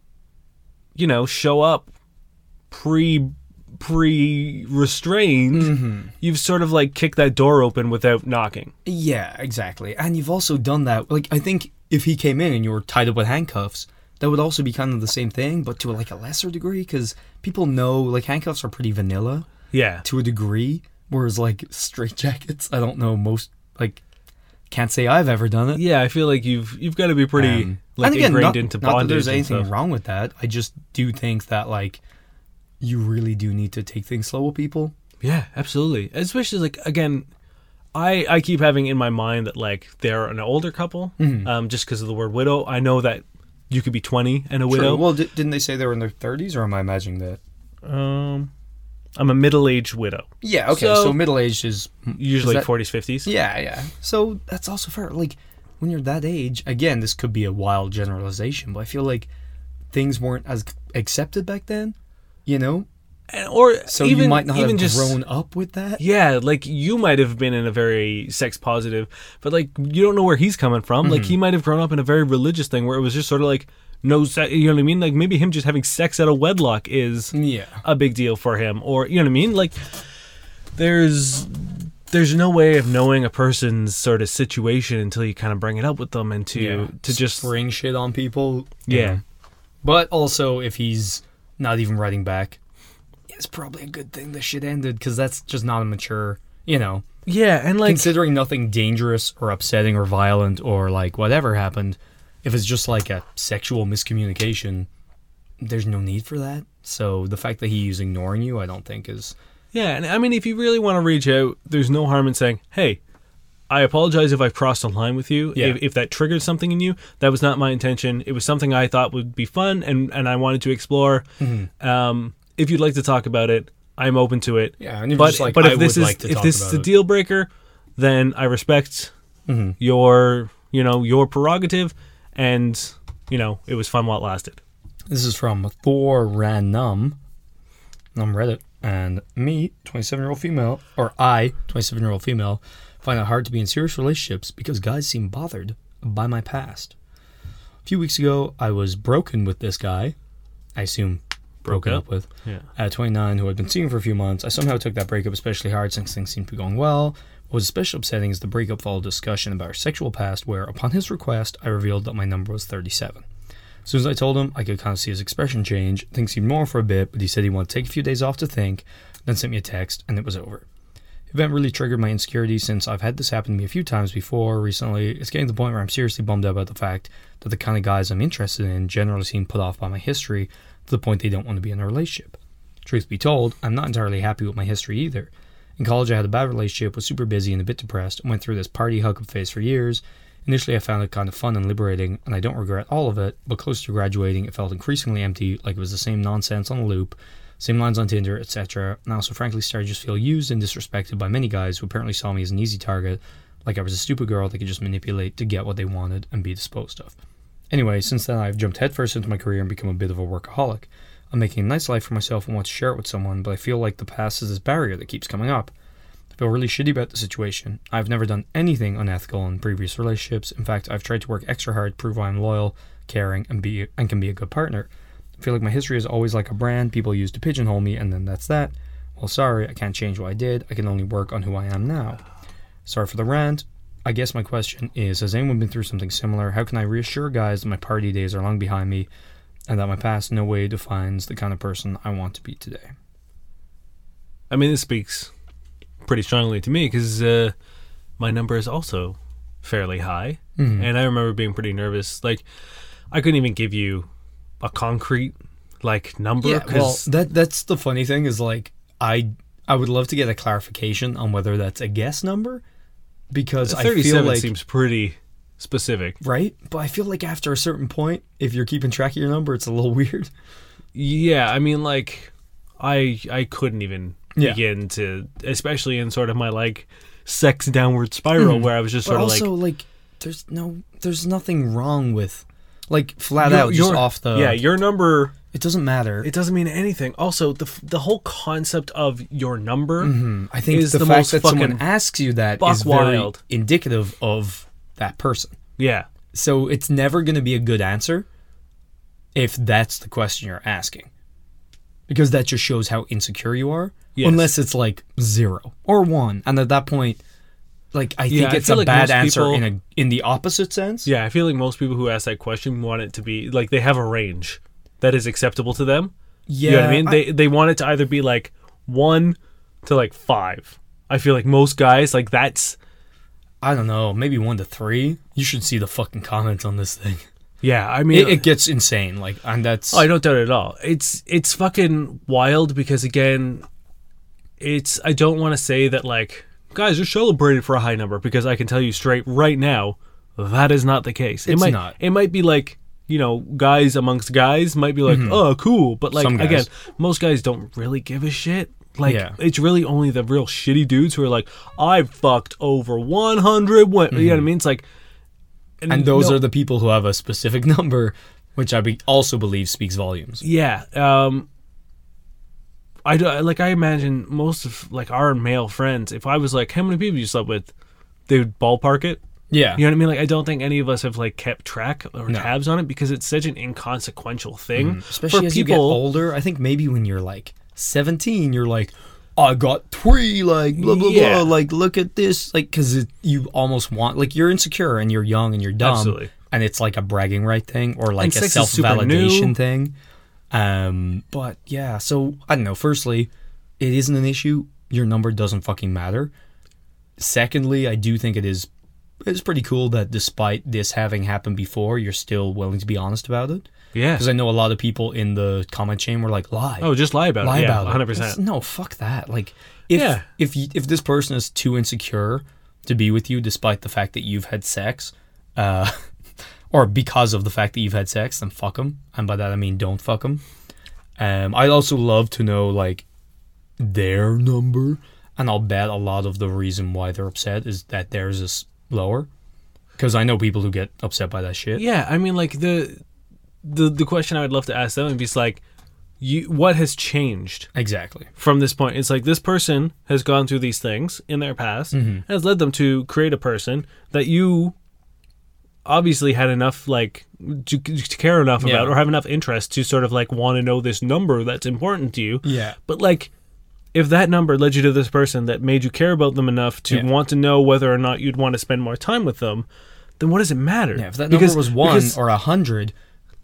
Speaker 1: you know, show up pre pre restrained,
Speaker 2: Mm-hmm.
Speaker 1: you've sort of like kicked that door open without knocking.
Speaker 2: Yeah, exactly. And you've also done that. Like, I think if he came in and you were tied up with handcuffs, that would also be kind of the same thing, but to like a lesser degree, because people know like handcuffs are pretty vanilla
Speaker 1: Yeah.
Speaker 2: to a degree, whereas like straitjackets, I don't know most like can't say I've ever done it.
Speaker 1: Yeah, I feel like you've you've got to be pretty
Speaker 2: Um,
Speaker 1: like
Speaker 2: and again,
Speaker 1: ingrained
Speaker 2: not,
Speaker 1: into
Speaker 2: not that
Speaker 1: bondage.
Speaker 2: there's
Speaker 1: and
Speaker 2: anything
Speaker 1: stuff.
Speaker 2: wrong with that. I just do think that like you really do need to take things slow with people.
Speaker 1: Yeah, absolutely. Especially like again, I I keep having in my mind that like they're an older couple,
Speaker 2: Mm-hmm.
Speaker 1: um, just because of the word widow. I know that you could be twenty and a
Speaker 2: True.
Speaker 1: widow.
Speaker 2: Well, di- didn't they say they were in their 30s, or am I imagining that?
Speaker 1: Um, I'm a middle aged widow,
Speaker 2: Yeah. Okay.
Speaker 1: So-
Speaker 2: so middle aged is
Speaker 1: usually
Speaker 2: that-
Speaker 1: forties, fifties.
Speaker 2: Yeah, yeah. So that's also fair. Like when you're that age, again, this could be a wild generalization, but I feel like things weren't as accepted back then. You know,
Speaker 1: Or
Speaker 2: so
Speaker 1: even
Speaker 2: you might not
Speaker 1: even
Speaker 2: have
Speaker 1: just
Speaker 2: grown up with that.
Speaker 1: Yeah, like you might have been in a very sex positive, but like you don't know where he's coming from. Like
Speaker 2: Mm-hmm.
Speaker 1: he might have grown up in a very religious thing where it was just sort of like no sex. You know what I mean? Like maybe him just having sex out of wedlock is
Speaker 2: Yeah.
Speaker 1: a big deal for him, or you know what I mean? Like there's there's no way of knowing a person's sort of situation until you kind of bring it up with them and to to just
Speaker 2: spring shit on people. you
Speaker 1: yeah.
Speaker 2: know. But also, if he's not even writing back, it's probably a good thing this shit ended because that's just not a mature. You know,
Speaker 1: Yeah, and like
Speaker 2: considering nothing dangerous or upsetting or violent or like whatever happened, if it's just like a sexual miscommunication, there's no need for that. So the fact that he's ignoring you, I don't think is
Speaker 1: Yeah, and I mean, if you really want to reach out, there's no harm in saying, "Hey, I apologize if I crossed a line with you.
Speaker 2: Yeah.
Speaker 1: If, if that triggered something in you, that was not my intention. It was something I thought would be fun, and and I wanted to explore.
Speaker 2: Mm-hmm.
Speaker 1: Um, if you'd like to talk about it, I'm open to it.
Speaker 2: Yeah, and if
Speaker 1: but
Speaker 2: just like,
Speaker 1: but
Speaker 2: "I
Speaker 1: if this
Speaker 2: would
Speaker 1: is
Speaker 2: like to
Speaker 1: if
Speaker 2: talk
Speaker 1: this is
Speaker 2: about
Speaker 1: a
Speaker 2: it." Mm-hmm.
Speaker 1: deal breaker, then I respect your you know your prerogative, and you know it was fun while it lasted.
Speaker 2: This is from Thor Ranum on Reddit. And me, 27 year old female, or I, 27 year old female, find it hard to be in serious relationships because guys seem bothered by my past. A few weeks ago, I was broken with this guy. I assume broken
Speaker 1: up.
Speaker 2: up with.
Speaker 1: Yeah.
Speaker 2: At 29, who I'd been seeing for a few months, I somehow took that breakup especially hard since things seemed to be going well. What was especially upsetting is the breakup followed discussion about our sexual past, where, upon his request, I revealed that my number was 37. As soon as I told him, I could kind of see his expression change. Things seemed normal for a bit, but he said he wanted to take a few days off to think, then sent me a text, and it was over. The event really triggered my insecurity since I've had this happen to me a few times before recently. It's getting to the point where I'm seriously bummed out about the fact that the kind of guys I'm interested in generally seem put off by my history to the point they don't want to be in a relationship. Truth be told, I'm not entirely happy with my history either. In college, I had a bad relationship, was super busy and a bit depressed, and went through this party hookup phase for years. Initially, I found it kind of fun and liberating, and I don't regret all of it, but close to graduating, it felt increasingly empty, like it was the same nonsense on a loop, same lines on Tinder, etc. And I also frankly started to just feel used and disrespected by many guys who apparently saw me as an easy target, like I was a stupid girl they could just manipulate to get what they wanted and be disposed of. Anyway, since then I've jumped headfirst into my career and become a bit of a workaholic. I'm making a nice life for myself and want to share it with someone, but I feel like the past is this barrier that keeps coming up. I feel really shitty about the situation. I've never done anything unethical in previous relationships. In fact, I've tried to work extra hard to prove I'm loyal, caring, and be and can be a good partner. I feel like my history is always like a brand people use to pigeonhole me, and then that's that. Well, sorry, I can't change what I did. I can only work on who I am now. Sorry for the rant. I guess my question is Has anyone been through something similar? How can I reassure guys that my party days are long behind me and that my past in no way defines the kind of person I want to be today?
Speaker 1: I mean, this speaks pretty strongly to me because uh, my number is also fairly high,
Speaker 2: Mm-hmm.
Speaker 1: and I remember being pretty nervous. Like, I couldn't even give you a concrete like number because
Speaker 2: that that's the funny thing is like I I would love to get a clarification on whether that's a guess number because
Speaker 1: thirty-seven seems pretty specific.
Speaker 2: right, but I feel like after a certain point, if you're keeping track of your number, it's a little *laughs* weird.
Speaker 1: Yeah, I mean, like, I I couldn't even
Speaker 2: Yeah.
Speaker 1: begin to, especially in sort of my like sex downward spiral where I was just sort
Speaker 2: Mm-hmm. but
Speaker 1: of
Speaker 2: also
Speaker 1: like.
Speaker 2: like, there's no there's nothing wrong with like flat
Speaker 1: your-
Speaker 2: out just
Speaker 1: your-
Speaker 2: off the
Speaker 1: yeah your number
Speaker 2: it doesn't matter
Speaker 1: it doesn't mean anything also the f- the whole concept of your number
Speaker 2: I think
Speaker 1: is
Speaker 2: the,
Speaker 1: the most
Speaker 2: fact that someone
Speaker 1: fucking
Speaker 2: asks you that
Speaker 1: buck
Speaker 2: is very
Speaker 1: wild.
Speaker 2: indicative of that person
Speaker 1: yeah
Speaker 2: so it's never going to be a good answer if that's the question you're asking because that just shows how insecure you are.
Speaker 1: Yes.
Speaker 2: Unless it's like zero or one, and at that point, like I think
Speaker 1: Yeah, I
Speaker 2: it's
Speaker 1: feel
Speaker 2: a
Speaker 1: like
Speaker 2: bad
Speaker 1: most
Speaker 2: answer
Speaker 1: people-
Speaker 2: in a in the opposite sense.
Speaker 1: Yeah, I feel like most people who ask that question want it to be like they have a range that is acceptable to them.
Speaker 2: yeah.
Speaker 1: you know what I mean? They they want it to either be like one to like five. I feel like most guys like that's
Speaker 2: I don't know, maybe one to three. You should see the fucking comments on this thing.
Speaker 1: *laughs* yeah. I mean,
Speaker 2: It, it gets insane, like, and that's
Speaker 1: Oh, I don't doubt it at all. It's it's fucking wild because again, it's I don't want to say that like guys are celebrated for a high number because I can tell you straight right now that is not the case. It
Speaker 2: It's
Speaker 1: might
Speaker 2: not.
Speaker 1: it might be like you know guys amongst guys might be like oh cool, but like
Speaker 2: Mm-hmm. Some guys.
Speaker 1: again most guys don't really give a shit. Like
Speaker 2: Yeah.
Speaker 1: it's really only the real shitty dudes who are like I fucked over one hundred. What you know what I mean? It's like
Speaker 2: Mm-hmm. and those
Speaker 1: no-
Speaker 2: are the people who have a specific *laughs* number, which I be, also believe speaks volumes.
Speaker 1: Yeah. Um I do, like I imagine most of like our male friends, if I was like, How many people you slept with? They would ballpark it.
Speaker 2: Yeah,
Speaker 1: You know what I mean? Like I don't think any of us have like kept track or tabs on it because it's such an inconsequential thing.
Speaker 2: especially
Speaker 1: Um, for
Speaker 2: as you get
Speaker 1: people
Speaker 2: older. I think maybe when you're like 17, you're like, I got three, like blah blah
Speaker 1: Yeah.
Speaker 2: blah, like look at this, like because you almost want, like you're insecure and you're young and you're dumb,
Speaker 1: Absolutely.
Speaker 2: and it's like a bragging right thing or like
Speaker 1: And
Speaker 2: a
Speaker 1: sex is
Speaker 2: self
Speaker 1: super new.
Speaker 2: validation thing. Um, but yeah, so I don't know. Firstly, it isn't an issue. Your number doesn't fucking matter. Secondly, I do think it is it's pretty cool that despite this having happened before, you're still willing to be honest about it.
Speaker 1: Yeah.
Speaker 2: Because I know a lot of people in the comment chain were like, lie.
Speaker 1: Oh, just lie about
Speaker 2: lie
Speaker 1: it. Yeah,
Speaker 2: about it.
Speaker 1: hundred
Speaker 2: That's-
Speaker 1: percent.
Speaker 2: No, fuck that. Like, if,
Speaker 1: Yeah.
Speaker 2: if, you, if this person is too insecure to be with you despite the fact that you've had sex, uh, *laughs* or because of the fact that you've had sex, then fuck them. And by that I mean don't fuck them. Um, I'd also love to know, like, their number. And I'll bet a lot of the reason why they're upset is that theirs is lower. Because I know people who get upset by that shit.
Speaker 1: Yeah, I mean, like the the the question I would love to ask them would be like, you what has changed
Speaker 2: Exactly.
Speaker 1: from this point. It's like this person has gone through these things in their past
Speaker 2: Mm-hmm.
Speaker 1: and has led them to create a person that you obviously had enough like to, to care enough
Speaker 2: Yeah.
Speaker 1: about or have enough interest to sort of like want to know this number that's important to you.
Speaker 2: Yeah.
Speaker 1: But like if that number led you to this person that made you care about them enough to
Speaker 2: Yeah.
Speaker 1: want to know whether or not you'd want to spend more time with them, then what does it matter?
Speaker 2: Yeah, if that number was one
Speaker 1: because-
Speaker 2: or a hundred,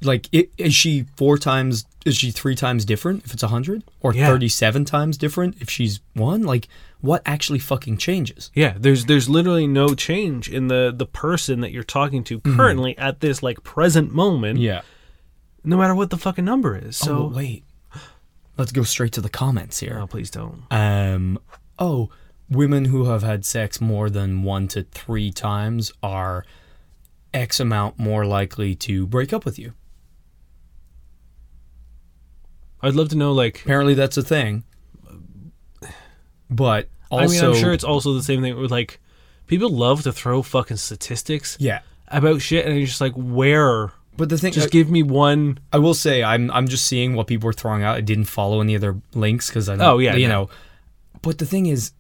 Speaker 2: like i- is she four times? Is she three times different if it's a hundred, or
Speaker 1: Yeah.
Speaker 2: thirty-seven times different if she's one? Like, what actually fucking changes?
Speaker 1: Yeah, there's there's literally no change in the the person that you're talking to currently at this like present moment,
Speaker 2: Mm-hmm. Yeah. Oh,
Speaker 1: no matter what the fucking number is.
Speaker 2: So
Speaker 1: So
Speaker 2: wait, let's go straight to the comments here.
Speaker 1: oh, please don't.
Speaker 2: Um. Oh, women who have had sex more than one to three times are X amount more likely to break up with you.
Speaker 1: I'd love to know like
Speaker 2: Apparently, that's a thing. But also,
Speaker 1: I mean, I'm sure it's also the same thing with like people love to throw fucking statistics
Speaker 2: yeah.
Speaker 1: about shit and you're just like where
Speaker 2: But the thing uh,
Speaker 1: just give me one
Speaker 2: I will say I'm I'm just seeing what people were throwing out. I didn't follow any other links because I don't,
Speaker 1: Oh, yeah,
Speaker 2: you
Speaker 1: no.
Speaker 2: know. But the thing is,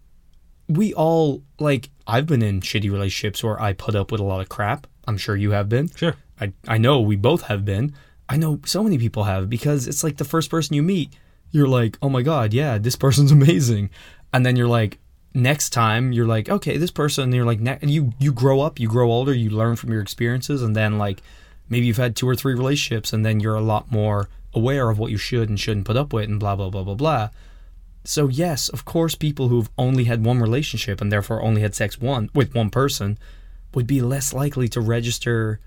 Speaker 2: we all like I've been in shitty relationships where I put up with a lot of crap. I'm sure you have been.
Speaker 1: Sure.
Speaker 2: I I know we both have been. I know so many people have because it's like the first person you meet, you're like, oh my god, yeah, this *laughs* person's amazing, and then you're like. Next time you're like, okay, this person. And you're like, ne- and you you grow up, you grow older, you learn from your experiences, and then like, maybe you've had two or three relationships, and then you're a lot more aware of what you should and shouldn't put up with, and blah blah blah blah blah. So yes, of course, people who've only had one relationship and therefore only had sex one with one person would be less likely to register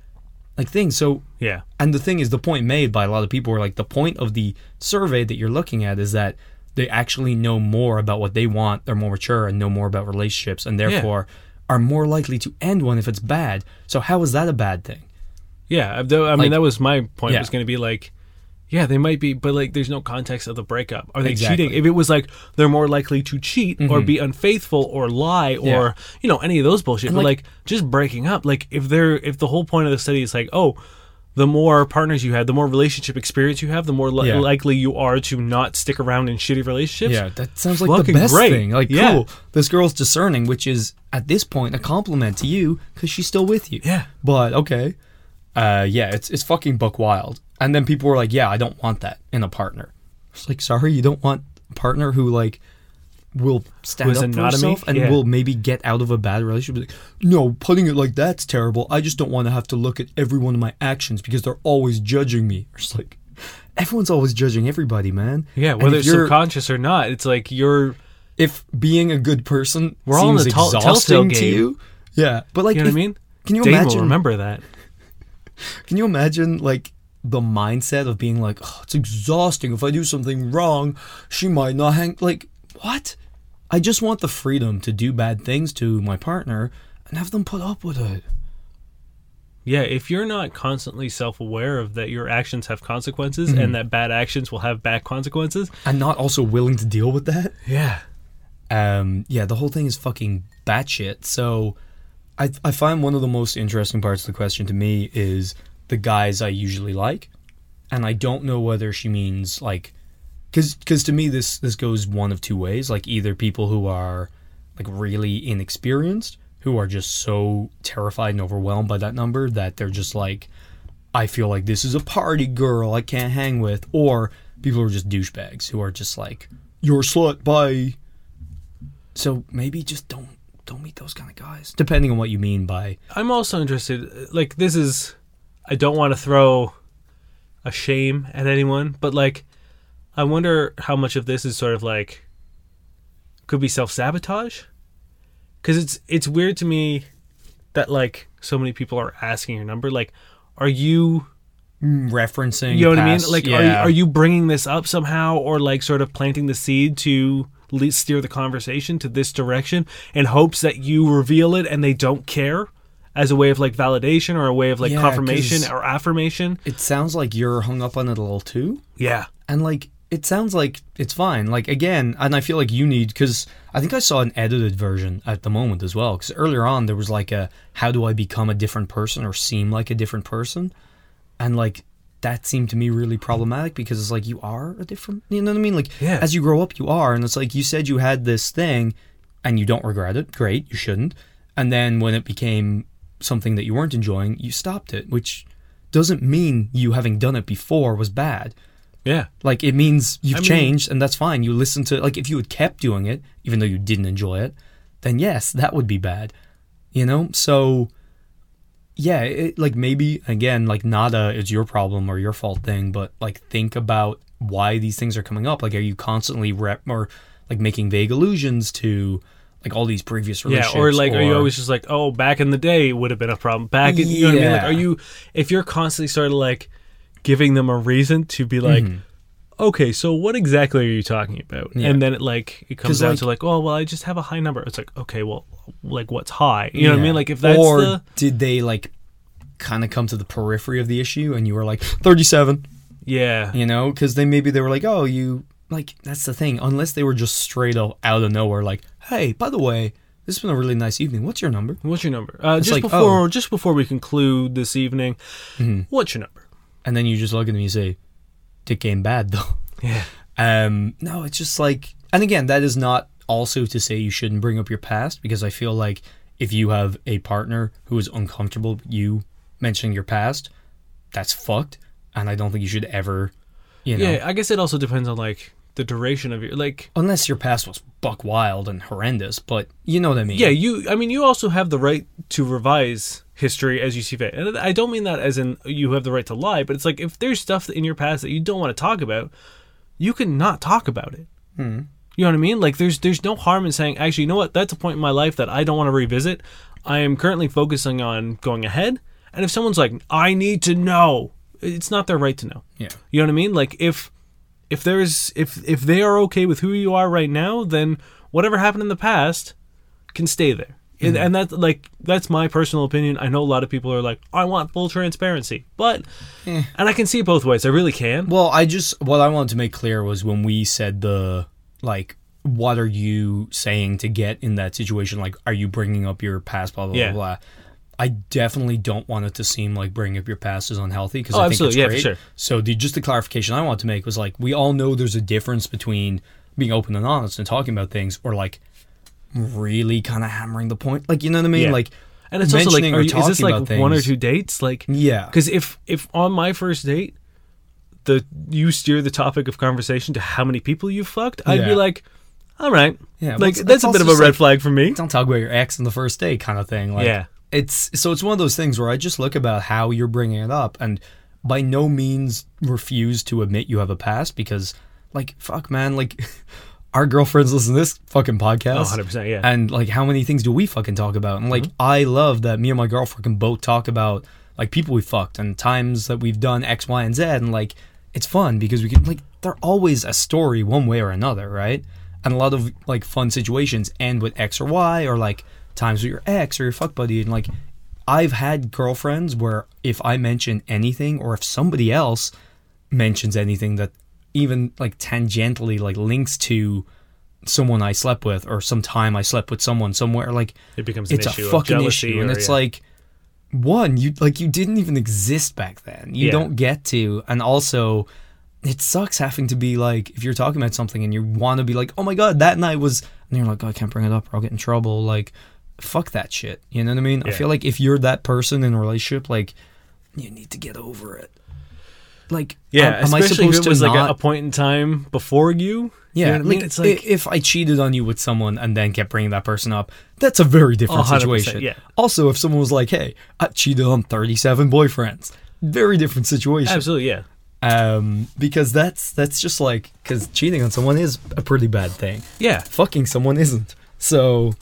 Speaker 2: like things. So
Speaker 1: yeah
Speaker 2: and the thing is, the point made by a lot of people were like the point of the survey that you're looking at is that they actually know more about what they want, they're more mature, and know more about relationships, and therefore are more likely to end one if it's bad. So how is that a bad thing?
Speaker 1: yeah. I though- I mean
Speaker 2: Like-
Speaker 1: that was my point
Speaker 2: Yeah.
Speaker 1: was going to be like. Yeah, they might be, but like, there's no context of the breakup. Are they
Speaker 2: Exactly. Mm-hmm.
Speaker 1: cheating? If it was like they're more likely to cheat or be unfaithful or lie or
Speaker 2: Yeah.
Speaker 1: you know any of those bullshit, but
Speaker 2: like-
Speaker 1: like, just breaking up. Like if they're if the whole point of the study is like, oh, the more partners you have, the more relationship experience you have, the more li-
Speaker 2: Yeah.
Speaker 1: likely you are to not stick around in shitty relationships.
Speaker 2: Yeah, that sounds like the
Speaker 1: fucking
Speaker 2: best
Speaker 1: great.
Speaker 2: thing. Like,
Speaker 1: Yeah.
Speaker 2: cool. This girl's discerning, which is at this point a compliment to you because she's still with you.
Speaker 1: Yeah.
Speaker 2: But okay, uh, yeah, it's it's fucking buck wild. And then people were like, "Yeah, I don't want that in a partner." It's like, sorry, you don't want a partner who like will stand
Speaker 1: Who's
Speaker 2: up for
Speaker 1: anatomy?
Speaker 2: himself and
Speaker 1: Yeah.
Speaker 2: will maybe get out of a bad relationship. Like, no, putting it like that's terrible. I just don't want to have to look at every one of my actions because they're always judging me. It's like everyone's always judging everybody, man.
Speaker 1: Yeah,
Speaker 2: And
Speaker 1: whether
Speaker 2: if
Speaker 1: it's
Speaker 2: you're-
Speaker 1: subconscious or not, it's like you're
Speaker 2: if being a good person
Speaker 1: We're all in
Speaker 2: seems
Speaker 1: the tel- Telltale
Speaker 2: exhausting to
Speaker 1: game.
Speaker 2: you, yeah. But like,
Speaker 1: You know what I
Speaker 2: if-
Speaker 1: mean?
Speaker 2: Can you
Speaker 1: Dame will
Speaker 2: imagine?
Speaker 1: remember that.
Speaker 2: Can you imagine like the mindset of being like, oh, it's exhausting. If I do something wrong, she might not hang. Like, what? I just want the freedom to do bad things to my partner and have them put up with it.
Speaker 1: Yeah, if you're not constantly self-aware of that your actions have consequences and that bad actions will have bad consequences.
Speaker 2: And not also willing to deal with that.
Speaker 1: Yeah.
Speaker 2: Um, yeah, the whole thing is fucking batshit. So I, I find one of the most interesting parts of the question to me is the guys I usually like. And I don't know whether she means like, because to me this this goes one of two ways. Like either people who are like really inexperienced, who are just so terrified and overwhelmed by that number that they're just like, I feel like this is a party girl I can't hang with, or people who are just douchebags who are just like, you're a slut, bye. So maybe just don't don't meet those kind of guys. Depending on what you mean by
Speaker 1: I'm also interested like this is I don't want to throw a shame at anyone, but like I wonder how much of this is sort of like could be self-sabotage cuz it's it's weird to me that like so many people are asking your number like are you
Speaker 2: referencing.
Speaker 1: you know what I
Speaker 2: past-
Speaker 1: mean? Like, are, you,
Speaker 2: yeah.
Speaker 1: are you bringing this up somehow, or like sort of planting the seed to le- steer the conversation to this direction in hopes that you reveal it and they don't care as a way of like validation or a way of like
Speaker 2: Yeah,
Speaker 1: confirmation
Speaker 2: 'cause-
Speaker 1: or affirmation?
Speaker 2: It sounds like you're hung up on it a little too,
Speaker 1: Yeah.
Speaker 2: and like it sounds like it's fine. Like again, and I feel like you need because I think I saw an edited version at the moment as well. Because earlier on there was like a how do I become a different person or seem like a different person, and like that seemed to me really problematic because it's like you are a different. You know what I mean? Like
Speaker 1: Yeah.
Speaker 2: as you grow up, you are, and it's like you said you had this thing, and you don't regret it. Great, you shouldn't. And then when it became something that you weren't enjoying, you stopped it, which doesn't mean you having done it before was bad.
Speaker 1: Yeah.
Speaker 2: Like it means you've
Speaker 1: I mean-
Speaker 2: changed, and that's fine. You listen to like if you had kept doing it, even though you didn't enjoy it, then yes, that would be bad. You know, so yeah, it, like maybe again, like not a it's your problem or your fault thing, but like think about why these things are coming up. Like, are you constantly rep or like making vague allusions to like all these previous
Speaker 1: Yeah.
Speaker 2: relationships?
Speaker 1: Or like, are you always just like, oh, back in the day would have been a problem? Back in, you know what I mean? Like,
Speaker 2: Yeah.
Speaker 1: are you, if you're constantly sort of like giving them a reason to be like, Okay, so what exactly are you talking about?
Speaker 2: Mm-hmm. Yeah.
Speaker 1: And then it like it comes
Speaker 2: 'Cause,
Speaker 1: down
Speaker 2: like-
Speaker 1: to like, oh well, I just have a high number. It's like, okay, well, like what's high? You know what I mean? Like if that's
Speaker 2: or
Speaker 1: the
Speaker 2: did they like kind of come to the periphery of the issue, and you were like thirty-seven?
Speaker 1: yeah,
Speaker 2: you know because they maybe they were like oh you like that's the thing unless they were just straight up out of nowhere like hey by the way this has been a really nice evening what's your number
Speaker 1: what's your number? Uh, just
Speaker 2: like, oh. Mm-hmm.
Speaker 1: before just before we conclude this evening, what's your number?
Speaker 2: and then you just look at them and you say dick game bad though
Speaker 1: Yeah,
Speaker 2: *laughs* um no it's just like and again that is not also to say you shouldn't bring up your past because i feel like if you have a partner who is uncomfortable with you mentioning your past that's fucked and i don't think you should ever you know
Speaker 1: yeah. I guess it also depends on like the duration of your like.
Speaker 2: unless your past was buck wild and horrendous but you know what i mean
Speaker 1: Yeah, you. I mean, you also have the right to revise history as you see fit, and I don't mean that as in you have the right to lie, but it's like if there's stuff in your past that you don't want to talk about, you can not talk about it.
Speaker 2: Hmm.
Speaker 1: You know what I mean? Like there's there's no harm in saying, actually, you know what? That's a point in my life that I don't want to revisit. I am currently focusing on going ahead. And if someone's like, I need to know, it's not their right to know.
Speaker 2: yeah
Speaker 1: You know what I mean? Like if if there's if if they are okay with who you are right now, then whatever happened in the past can stay there.
Speaker 2: Mm-hmm.
Speaker 1: And, and that like that's my personal opinion. I know a lot of people are like, I want full transparency, but and I can see it both ways. I really can.
Speaker 2: Eh. Well, I just what I wanted to make clear was when we said the like, what are you saying to get in that situation? Like, are you bringing up your past? Blah blah
Speaker 1: Yeah.
Speaker 2: blah blah. I definitely don't want it to seem like bringing up your past is unhealthy because
Speaker 1: Oh,
Speaker 2: I think
Speaker 1: absolutely. Yeah, for
Speaker 2: it's great.
Speaker 1: sure.
Speaker 2: So the just the clarification I wanted to make was like we all know there's a difference between being open and honest and talking about things or like really kind of hammering the point. Like you know what I mean?
Speaker 1: Yeah.
Speaker 2: Like
Speaker 1: And it's also like,
Speaker 2: mentioning
Speaker 1: are
Speaker 2: or
Speaker 1: you, is this
Speaker 2: talking
Speaker 1: like
Speaker 2: about
Speaker 1: one or
Speaker 2: things.
Speaker 1: two dates? Like,
Speaker 2: Yeah.
Speaker 1: Because if if on my first date, the you steer the topic of conversation to how many people you fucked, I'd be
Speaker 2: Yeah.
Speaker 1: like, all right,
Speaker 2: Yeah, well,
Speaker 1: like
Speaker 2: it's-
Speaker 1: that's
Speaker 2: it's
Speaker 1: a bit
Speaker 2: also
Speaker 1: of a
Speaker 2: just
Speaker 1: red
Speaker 2: like-
Speaker 1: flag for me.
Speaker 2: don't talk about your ex on the first day kind of thing. Like,
Speaker 1: Yeah.
Speaker 2: It's so it's one of those things where I just look about how you're bringing it up and by no means refuse to admit you have a past because, like, fuck, man, like, *laughs* our girlfriends listen to this fucking podcast.
Speaker 1: Oh, 100%, yeah.
Speaker 2: And, like, how many things do we fucking talk about? And, like, I love that me and my girlfriend can both talk about, like, people we fucked and times that we've done X, Y, and Z. And, like, it's fun because we can, like, they're always a story one way or another, right? And a lot of, like, fun situations end with X or Y or, like, times with your ex or your fuck buddy. And, like, I've had girlfriends where if I mention anything or if somebody else mentions anything that even like tangentially like links to someone I slept with or some time I slept with someone somewhere like
Speaker 1: It becomes an
Speaker 2: it's
Speaker 1: issue
Speaker 2: a
Speaker 1: of
Speaker 2: fucking
Speaker 1: jealousy
Speaker 2: issue and
Speaker 1: or-
Speaker 2: it's
Speaker 1: yeah.
Speaker 2: like one you like you didn't even exist back then you
Speaker 1: Yeah.
Speaker 2: don't get to and also it sucks having to be like if you're talking about something and you want to be like oh my god that night was and you're like oh, I can't bring it up or I'll get in trouble like fuck that shit you know what I mean I
Speaker 1: Yeah.
Speaker 2: feel like if you're that person in a relationship like you need to get over it like
Speaker 1: yeah,
Speaker 2: am, am I
Speaker 1: especially
Speaker 2: supposed
Speaker 1: if it was
Speaker 2: to
Speaker 1: like a-
Speaker 2: not
Speaker 1: a point in time before you.
Speaker 2: yeah,
Speaker 1: you know what I mean?
Speaker 2: like,
Speaker 1: it's like
Speaker 2: i- if I cheated on you with someone and then kept bringing that person up, that's a very different
Speaker 1: 100%,
Speaker 2: situation.
Speaker 1: yeah.
Speaker 2: Also, if someone was like, "Hey, I cheated on thirty-seven boyfriends," very different situation.
Speaker 1: absolutely yeah.
Speaker 2: Um, because that's that's just like because cheating on someone is a pretty bad thing.
Speaker 1: Yeah.
Speaker 2: Fucking someone isn't. So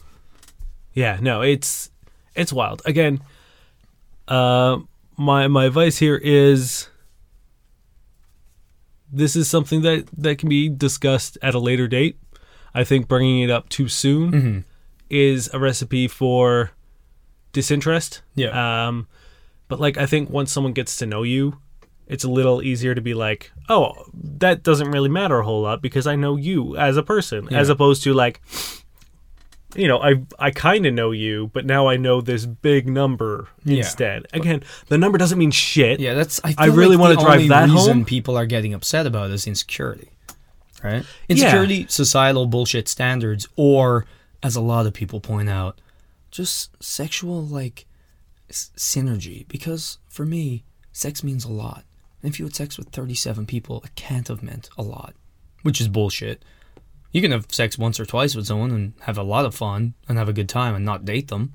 Speaker 1: Yeah, no, it's it's wild. Again, uh, my my advice here is this is something that that can be discussed at a later date. I think bringing it up too soon
Speaker 2: Mm-hmm.
Speaker 1: is a recipe for disinterest.
Speaker 2: Yeah.
Speaker 1: Um, but like, I think once someone gets to know you, it's a little easier to be like, oh, that doesn't really matter a whole lot because I know you as a person, as opposed to like, you know, I I kind of know you, but now I know this big number
Speaker 2: Yeah.
Speaker 1: instead. Again, the number doesn't mean shit.
Speaker 2: yeah, that's I.
Speaker 1: I
Speaker 2: feel
Speaker 1: really
Speaker 2: like
Speaker 1: wanna
Speaker 2: the
Speaker 1: drive
Speaker 2: only
Speaker 1: that
Speaker 2: reason
Speaker 1: home.
Speaker 2: People are getting upset about is insecurity, right? Insecurity, societal bullshit standards, or as a lot of people point out, just sexual like s- synergy. Because for me, sex means a lot. And if you had sex with thirty-seven people, it can't have meant a lot, which is bullshit. You can have sex once or twice with someone and have a lot of fun and have a good time and not date them.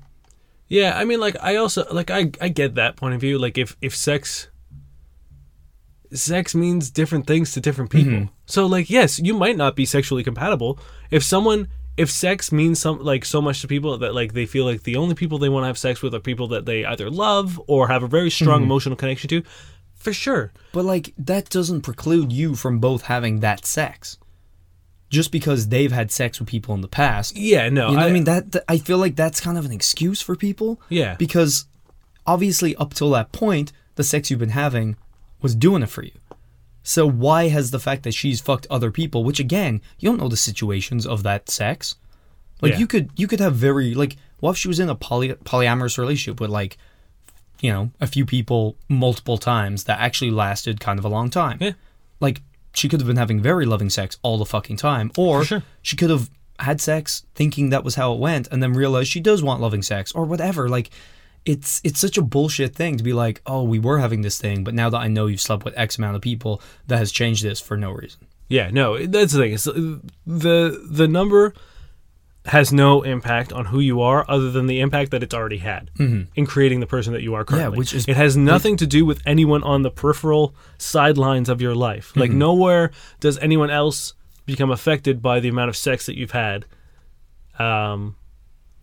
Speaker 1: Yeah, I mean, like I also like I I get that point of view. Like if if sex, sex means different things to different
Speaker 2: Mm-hmm.
Speaker 1: people. So like yes, you might not be sexually compatible. If someone if sex means some like so much to people that like they feel like the only people they want to have sex with are people that they either love or have a very strong
Speaker 2: Mm-hmm.
Speaker 1: emotional connection to, for sure.
Speaker 2: But like that doesn't preclude you from both having that sex. Just because they've had sex with people in the past.
Speaker 1: Yeah, no,
Speaker 2: You know
Speaker 1: I,
Speaker 2: what I mean? That, that I feel like that's kind of an excuse for people.
Speaker 1: Yeah.
Speaker 2: Because obviously up till that point, the sex you've been having was doing it for you. So why has the fact that she's fucked other people, which again, you don't know the situations of that sex. Like
Speaker 1: Yeah.
Speaker 2: you could you could have very like what if she was in a poly, polyamorous relationship with like you know, a few people multiple times that actually lasted kind of a long time.
Speaker 1: Yeah.
Speaker 2: Like she could have been having very loving sex all the fucking time, or
Speaker 1: sure.
Speaker 2: she could have had sex thinking that was how it went, and then realized she does want loving sex or whatever. Like, it's it's such a bullshit thing to be like, oh, we were having this thing, but now that I know you've slept with X amount of people, that has changed this for no reason.
Speaker 1: Yeah, no, that's the thing. It's, uh, the the number has no impact on who you are, other than the impact that it's already had in creating the person that you are currently.
Speaker 2: Mm-hmm. which is-
Speaker 1: it has nothing to do with anyone on the peripheral sidelines of your life.
Speaker 2: Mm-hmm.
Speaker 1: Like nowhere does anyone else become affected by the amount of sex that you've had. Um.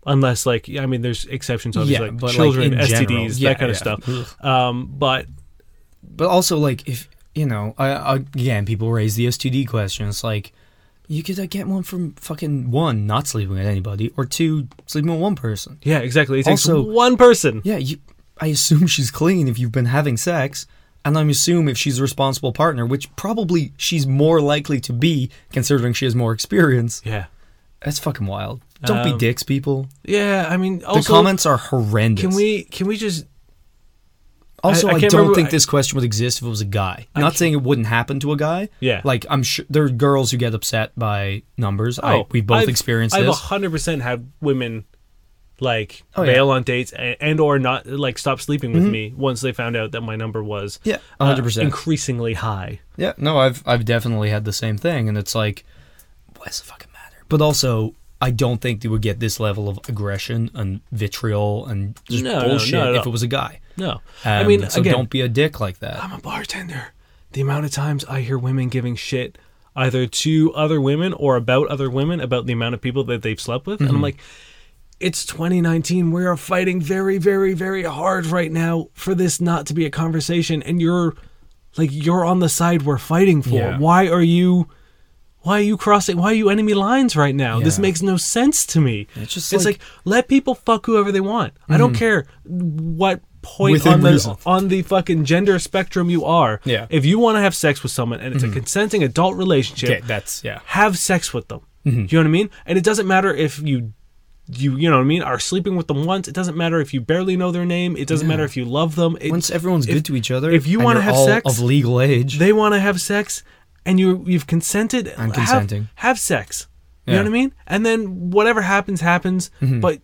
Speaker 1: Unless, like, I mean, there's exceptions, obviously,
Speaker 2: Yeah,
Speaker 1: like
Speaker 2: but, like,
Speaker 1: children,
Speaker 2: in
Speaker 1: STDs,
Speaker 2: general,
Speaker 1: that
Speaker 2: yeah,
Speaker 1: kind of
Speaker 2: yeah.
Speaker 1: stuff. Um, but
Speaker 2: But also, like, if you know, I, I, again, people raise the STD question. It's like you could uh, get one from fucking one, not sleeping with anybody, or two, sleeping with one person.
Speaker 1: yeah, exactly. It takes
Speaker 2: Also-
Speaker 1: one person.
Speaker 2: Yeah, you, I assume she's clean if you've been having sex, and I'm assume if she's a responsible partner, which probably she's more likely to be, considering she has more experience.
Speaker 1: Yeah,
Speaker 2: That's fucking wild. Don't be dicks, people.
Speaker 1: yeah. I mean,
Speaker 2: The
Speaker 1: also,
Speaker 2: comments are horrendous.
Speaker 1: Can we can we just
Speaker 2: Also,
Speaker 1: I-
Speaker 2: I,
Speaker 1: I can't
Speaker 2: don't
Speaker 1: remember-
Speaker 2: think
Speaker 1: I-
Speaker 2: this question would exist if it was a guy. Not saying it wouldn't happen to a guy.
Speaker 1: Yeah.
Speaker 2: Like I'm sure there are girls who get upset by numbers. I, Oh, we both
Speaker 1: Oh, I've-
Speaker 2: experienced
Speaker 1: I've
Speaker 2: this.
Speaker 1: hundred percent had women like
Speaker 2: Oh, yeah. Mm-hmm.
Speaker 1: bail on dates and, and or not like stop sleeping with me once they found out that my number was
Speaker 2: Yeah,
Speaker 1: uh,
Speaker 2: 100%.
Speaker 1: increasingly high.
Speaker 2: Yeah, no, I've I've definitely had the same thing, and it's like, what's the fucking matter? But also, I don't think they would get this level of aggression and vitriol and just
Speaker 1: No, no,
Speaker 2: bullshit
Speaker 1: not at
Speaker 2: if
Speaker 1: all.
Speaker 2: it was a guy.
Speaker 1: No,
Speaker 2: Um,
Speaker 1: I mean
Speaker 2: so
Speaker 1: again,
Speaker 2: don't be a dick like that.
Speaker 1: I'm a bartender. The amount of times I hear women giving shit either to other women or about other women about the amount of people that they've slept with,
Speaker 2: Mm-hmm.
Speaker 1: and I'm like, it's 2019. We are fighting very, very, very hard right now for this not to be a conversation, and you're like, you're on the side we're fighting for.
Speaker 2: Yeah.
Speaker 1: Why are you? Why are you crossing? Why are you enemy lines right now? This
Speaker 2: Yeah.
Speaker 1: makes no sense to me.
Speaker 2: It's just
Speaker 1: it's
Speaker 2: like- Mm-hmm.
Speaker 1: like let people fuck whoever they want. I don't care what point
Speaker 2: Within
Speaker 1: on the
Speaker 2: reason.
Speaker 1: on the fucking gender spectrum you are.
Speaker 2: Yeah. Mm-hmm.
Speaker 1: If you want to have sex with someone and it's a consenting adult relationship,
Speaker 2: Okay, that's yeah. Mm-hmm.
Speaker 1: have sex with them. Do you know what I mean? And it doesn't matter if you you you know what I mean are sleeping with them once. It doesn't matter if you barely know their name. It doesn't matter if you love them. It,
Speaker 2: Once everyone's
Speaker 1: if-
Speaker 2: good to each other,
Speaker 1: if you
Speaker 2: and
Speaker 1: wanna
Speaker 2: you're
Speaker 1: have
Speaker 2: all
Speaker 1: sex-
Speaker 2: of legal age,
Speaker 1: they want to have sex and you you've consented
Speaker 2: I'm
Speaker 1: have-
Speaker 2: consenting.
Speaker 1: have, sex you
Speaker 2: Yeah. Mm-hmm.
Speaker 1: know what i mean and then whatever happens happens but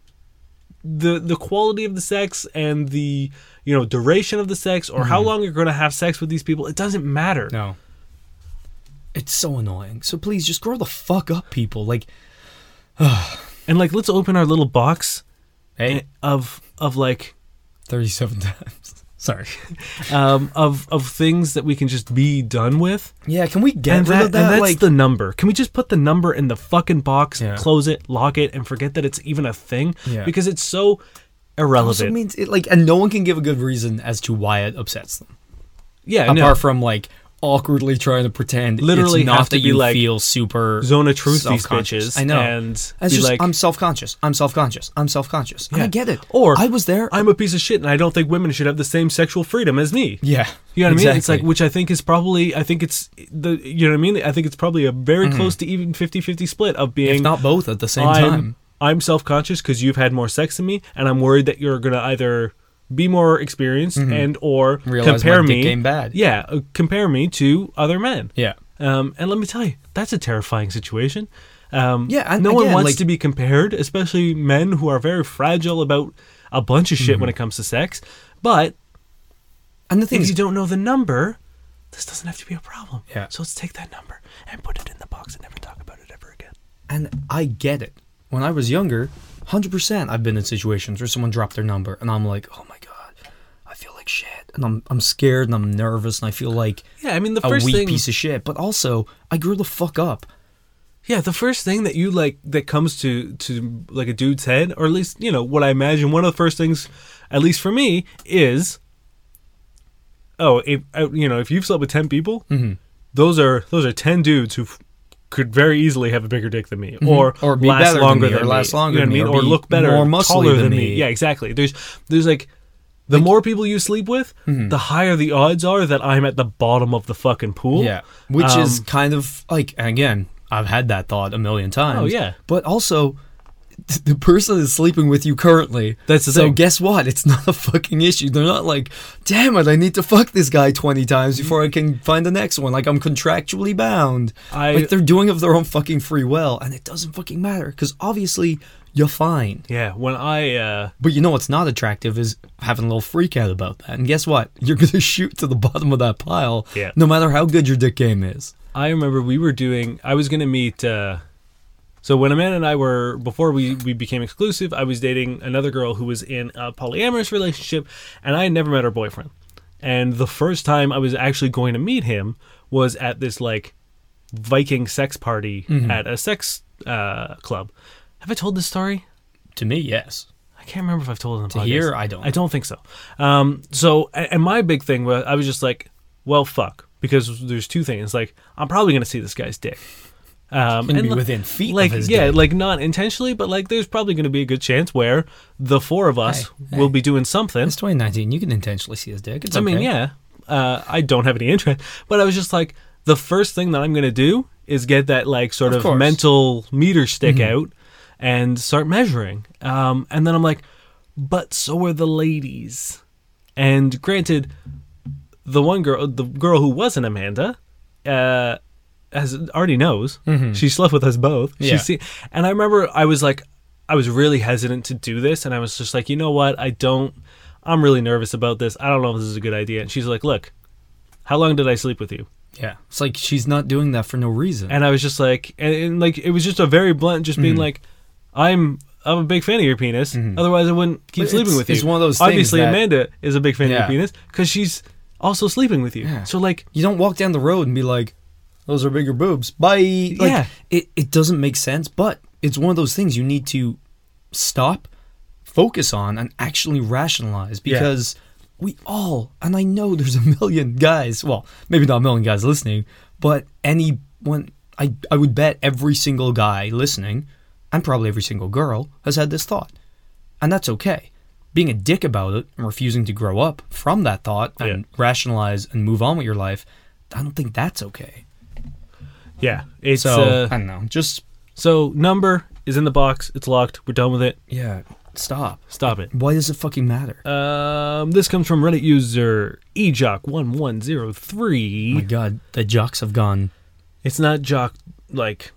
Speaker 1: the the quality of the sex and the you know duration of the sex or how long you're going to have sex with these people it doesn't matter
Speaker 2: Mm-hmm. no, it's so annoying. So please just grow the fuck up, people. Like,
Speaker 1: and like let's open our little box
Speaker 2: hey,
Speaker 1: of of like *laughs*
Speaker 2: thirty-seven times. Sorry.
Speaker 1: um of of things that we can just be done with
Speaker 2: Yeah, can we get
Speaker 1: and,
Speaker 2: rid
Speaker 1: that,
Speaker 2: of that?
Speaker 1: and that's
Speaker 2: like,
Speaker 1: the number. Can we just put the number in the fucking box,
Speaker 2: Yeah.
Speaker 1: close it, lock it, and forget that it's even a thing?
Speaker 2: Yeah.
Speaker 1: Because it's so
Speaker 2: also
Speaker 1: irrelevant.
Speaker 2: means it like, and no one can give a good reason as to why it upsets them,
Speaker 1: yeah, no.
Speaker 2: apart from like awkwardly trying to pretend.
Speaker 1: Literally
Speaker 2: it's not
Speaker 1: have to
Speaker 2: that
Speaker 1: be,
Speaker 2: you
Speaker 1: like,
Speaker 2: feel super
Speaker 1: zone of truth these
Speaker 2: self-conscious.
Speaker 1: bitches.
Speaker 2: I know,
Speaker 1: And
Speaker 2: it's
Speaker 1: be
Speaker 2: just
Speaker 1: like,
Speaker 2: I'm self-conscious. I'm self-conscious. I'm self-conscious. And I
Speaker 1: Yeah.
Speaker 2: get it.
Speaker 1: Or-
Speaker 2: I was there.
Speaker 1: I'm a piece of shit, and I don't think women should have the same sexual freedom as me.
Speaker 2: yeah,
Speaker 1: You know what I mean? It's
Speaker 2: exactly.
Speaker 1: like, which I think is probably, I think it's the, you know what I mean? I think it's probably a very close to even 50 50 split of being,
Speaker 2: Mm-hmm. if not both at the same
Speaker 1: I'm,
Speaker 2: time.
Speaker 1: I'm self conscious because you've had more sex than me, and I'm worried that you're going to either be more experienced and or
Speaker 2: Mm-hmm. Realize my
Speaker 1: compare
Speaker 2: dick
Speaker 1: me
Speaker 2: game bad.
Speaker 1: yeah uh, compare me to other men
Speaker 2: Yeah,
Speaker 1: Um, and let me tell you, that's a terrifying situation. Um,
Speaker 2: Yeah, and
Speaker 1: no one
Speaker 2: again,
Speaker 1: wants
Speaker 2: like-
Speaker 1: to be compared, especially men who are very fragile about a bunch of
Speaker 2: Mm-hmm.
Speaker 1: shit when it comes to sex. But
Speaker 2: and the thing
Speaker 1: if
Speaker 2: is,
Speaker 1: you don't know the number, this doesn't have to be a problem.
Speaker 2: Yeah.
Speaker 1: So let's take that number and put it in the box and never talk about it ever again.
Speaker 2: and I get it. When I was younger, 100% I've been in situations where someone dropped their number and I'm like, "Oh my god, I feel like shit." And I'm I'm scared and I'm nervous and I feel like
Speaker 1: Yeah, I mean the
Speaker 2: a
Speaker 1: first
Speaker 2: weak
Speaker 1: thing.
Speaker 2: piece of shit, but also I grew the fuck up.
Speaker 1: Yeah, the first thing that you like that comes to to like a dude's head, or at least you know what I imagine. One of the first things, at least for me, is oh, if uh, you know if you've slept with ten people,
Speaker 2: Mm-hmm.
Speaker 1: those are those are ten dudes who f- could very easily have a bigger dick than me, or
Speaker 2: Mm-hmm. Or be
Speaker 1: last
Speaker 2: better than
Speaker 1: longer
Speaker 2: me, or
Speaker 1: than me,
Speaker 2: last longer
Speaker 1: you know
Speaker 2: than
Speaker 1: what I
Speaker 2: me,
Speaker 1: mean?
Speaker 2: or
Speaker 1: or
Speaker 2: be
Speaker 1: look better,
Speaker 2: more muscly
Speaker 1: taller
Speaker 2: than
Speaker 1: than, me.
Speaker 2: me.
Speaker 1: Yeah, exactly. There's there's like. The more people you sleep with,
Speaker 2: Mm-hmm.
Speaker 1: the higher the odds are that I'm at the bottom of the fucking pool.
Speaker 2: Yeah, which is
Speaker 1: Um,
Speaker 2: kind of like and again, I've had that thought a million times.
Speaker 1: Oh, yeah.
Speaker 2: but also th- the person is sleeping with you currently.
Speaker 1: That's the
Speaker 2: so.
Speaker 1: thing.
Speaker 2: Guess what? It's not a fucking issue. They're not like, damn it, I need to fuck this guy twenty times
Speaker 1: Mm-hmm.
Speaker 2: before I can find the next one. Like I'm contractually bound.
Speaker 1: I-
Speaker 2: like they're doing of their own fucking free will, and it doesn't fucking matter because obviously you're fine.
Speaker 1: yeah. When I uh,
Speaker 2: But you know what's not attractive is having a little freak out about that. And guess what? You're gonna *laughs* shoot to the bottom of that pile,
Speaker 1: Yeah.
Speaker 2: no matter how good your dick game is.
Speaker 1: I remember we were doing. I was going to meet. Uh, so when Amanda and I were before we we became exclusive, I was dating another girl who was in a polyamorous relationship, and I had never met her boyfriend. And the first time I was actually going to meet him was at this like Viking sex party
Speaker 2: Mm-hmm.
Speaker 1: at a sex uh, club. Have I told this story?
Speaker 2: To me, yes.
Speaker 1: I can't remember if I've told it on the
Speaker 2: To
Speaker 1: podcast.
Speaker 2: hear, I don't.
Speaker 1: I don't think so. Um, so, a- and my big thing was, I was just like, well, fuck, because there's two things. Like, I'm probably gonna see this guy's dick. Um,
Speaker 2: Gonna be
Speaker 1: li-
Speaker 2: within feet of
Speaker 1: like
Speaker 2: his
Speaker 1: yeah,
Speaker 2: dick.
Speaker 1: like not intentionally, but like there's probably gonna be a good chance where the four of us
Speaker 2: Hey,
Speaker 1: will
Speaker 2: hey.
Speaker 1: be doing something.
Speaker 2: It's 2019. You can intentionally see his dick. It's
Speaker 1: I mean,
Speaker 2: okay.
Speaker 1: yeah, uh, I don't have any interest, but I was just like, the first thing that I'm gonna do is get that like sort
Speaker 2: Of
Speaker 1: of,
Speaker 2: course. Mm-hmm.
Speaker 1: mental meter stick out and start measuring. Um, and then I'm like, but so are the ladies. And granted, the one girl, the girl who wasn't Amanda, uh, has already knows she slept with us both.
Speaker 2: Mm-hmm. Yeah.
Speaker 1: She's seen, and I remember I was like, I was really hesitant to do this, and I was just like, you know what? I don't. I'm really nervous about this. I don't know if this is a good idea. And she's like, look, how long did I sleep with you?
Speaker 2: Yeah. It's like she's not doing that for no reason.
Speaker 1: And I was just like, and, and like it was just a very blunt, just
Speaker 2: Mm-hmm.
Speaker 1: being like, I'm. I'm a big fan of your penis. Otherwise, I wouldn't keep
Speaker 2: But
Speaker 1: sleeping
Speaker 2: it's-
Speaker 1: with you.
Speaker 2: it's one of those things
Speaker 1: Obviously,
Speaker 2: that-
Speaker 1: Amanda is a big fan of
Speaker 2: Yeah.
Speaker 1: your penis because she's also sleeping with you.
Speaker 2: Yeah.
Speaker 1: So, like,
Speaker 2: you don't walk down the road and be like, those are bigger boobs. Bye. Like,
Speaker 1: Yeah.
Speaker 2: It, it doesn't make sense, but it's one of those things you need to stop, focus on, and actually rationalize because we all, and I know there's a million guys, well, maybe not a million guys listening, but anyone, I, I would bet every single guy listening, and probably every single girl, has had this thought. And that's okay. Being a dick about it and refusing to grow up from that thought and
Speaker 1: Yeah.
Speaker 2: rationalize and move on with your life, I don't think that's okay.
Speaker 1: yeah, it's
Speaker 2: So
Speaker 1: uh,
Speaker 2: I don't know. Just
Speaker 1: so number is in the box. It's locked. We're done with it.
Speaker 2: yeah, stop.
Speaker 1: Stop it.
Speaker 2: Why does it fucking matter?
Speaker 1: Um, this comes from Reddit user
Speaker 2: oh my
Speaker 1: ejock1103.
Speaker 2: god, the jocks have gone.
Speaker 1: It's not jock like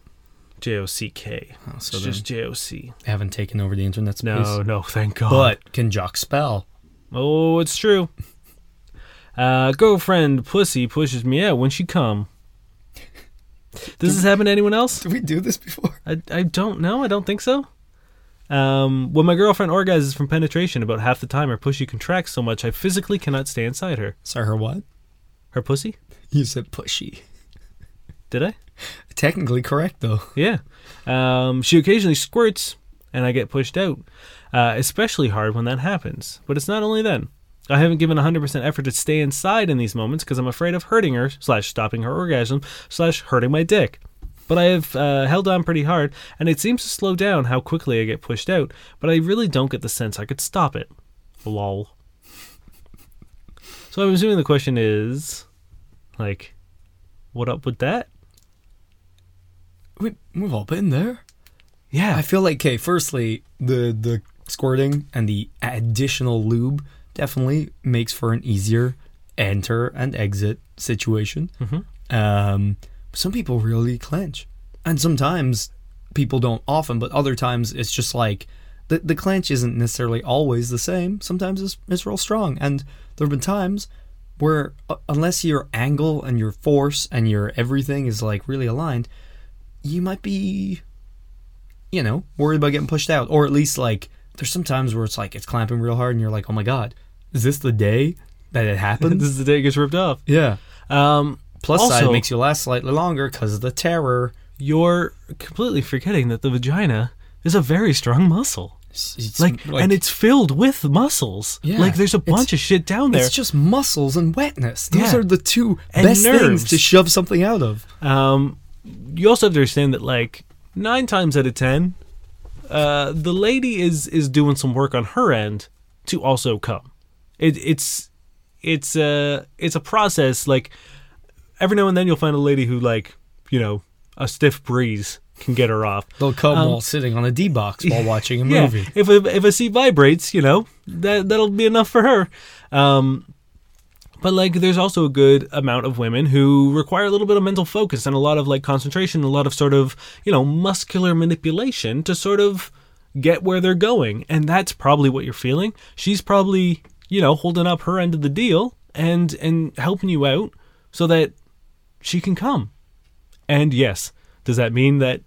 Speaker 1: J O C K.
Speaker 2: Oh, so
Speaker 1: It's
Speaker 2: then
Speaker 1: just J O C.
Speaker 2: they haven't taken over the internet space.
Speaker 1: No, no, thank God.
Speaker 2: But can jocks spell?
Speaker 1: oh, it's true. Uh, girlfriend pussy pushes me out when she come. Does this happen to anyone else?
Speaker 2: Did we do this before?
Speaker 1: I, I don't know. I don't think so. Um, when my girlfriend orgasms from penetration, about half the time her pussy contracts so much I physically cannot stay inside her.
Speaker 2: Sorry, her what?
Speaker 1: Her pussy?
Speaker 2: You said pushy.
Speaker 1: Did I?
Speaker 2: Technically correct though.
Speaker 1: Yeah. Um, she occasionally squirts, and I get pushed out. Uh, especially hard when that happens. But it's not only then. I haven't given 100% effort to stay inside in these moments because I'm afraid of hurting her, slash stopping her orgasm, slash hurting my dick. But I have uh, held on pretty hard, and it seems to slow down how quickly I get pushed out, but I really don't get the sense I could stop it. Lol. So I'm assuming the question is, like, what up with that?
Speaker 2: We, we've all been there.
Speaker 1: Yeah.
Speaker 2: I feel like okay. Firstly, the the squirting and the additional lube definitely makes for an easier enter and exit situation. Um, some people really clench, and sometimes people don't often, but other times it's just like the the clench isn't necessarily always the same. Sometimes it's it's real strong, and there have been times where uh, unless your angle and your force and your everything is like really aligned, you might be you know, worried about getting pushed out. Or at least like there's some times where it's like it's clamping real hard and you're like, Oh my god, is this the day that
Speaker 1: *laughs*
Speaker 2: it
Speaker 1: this
Speaker 2: happens?
Speaker 1: is the day it gets ripped off.
Speaker 2: yeah.
Speaker 1: Um,
Speaker 2: Plus
Speaker 1: also,
Speaker 2: side makes you last slightly longer because of the terror.
Speaker 1: you're completely forgetting that the vagina is a very strong muscle.
Speaker 2: It's, it's
Speaker 1: Like, and it's filled with muscles.
Speaker 2: Yeah,
Speaker 1: like there's a
Speaker 2: it's-
Speaker 1: bunch of shit down there.
Speaker 2: it's just muscles and wetness. Those
Speaker 1: Yeah.
Speaker 2: are the two
Speaker 1: And
Speaker 2: best
Speaker 1: nerves.
Speaker 2: things to shove something out of.
Speaker 1: um, you also have to understand that like nine times out of ten, uh, the lady is is doing some work on her end to also come. It, it's it's a it's a process. Like every now and then you'll find a lady who like you know a stiff breeze can get her off.
Speaker 2: They'll come while sitting on a D
Speaker 1: *laughs*
Speaker 2: box while watching a
Speaker 1: um, Yeah,
Speaker 2: movie.
Speaker 1: if a, if a seat vibrates, you know that that'll be enough for her. Um, but like, there's also a good amount of women who require a little bit of mental focus and a lot of like concentration, a lot of sort of you know muscular manipulation to sort of get where they're going, and that's probably what you're feeling. She's probably you know holding up her end of the deal and and helping you out so that she can come. And yes, does that mean that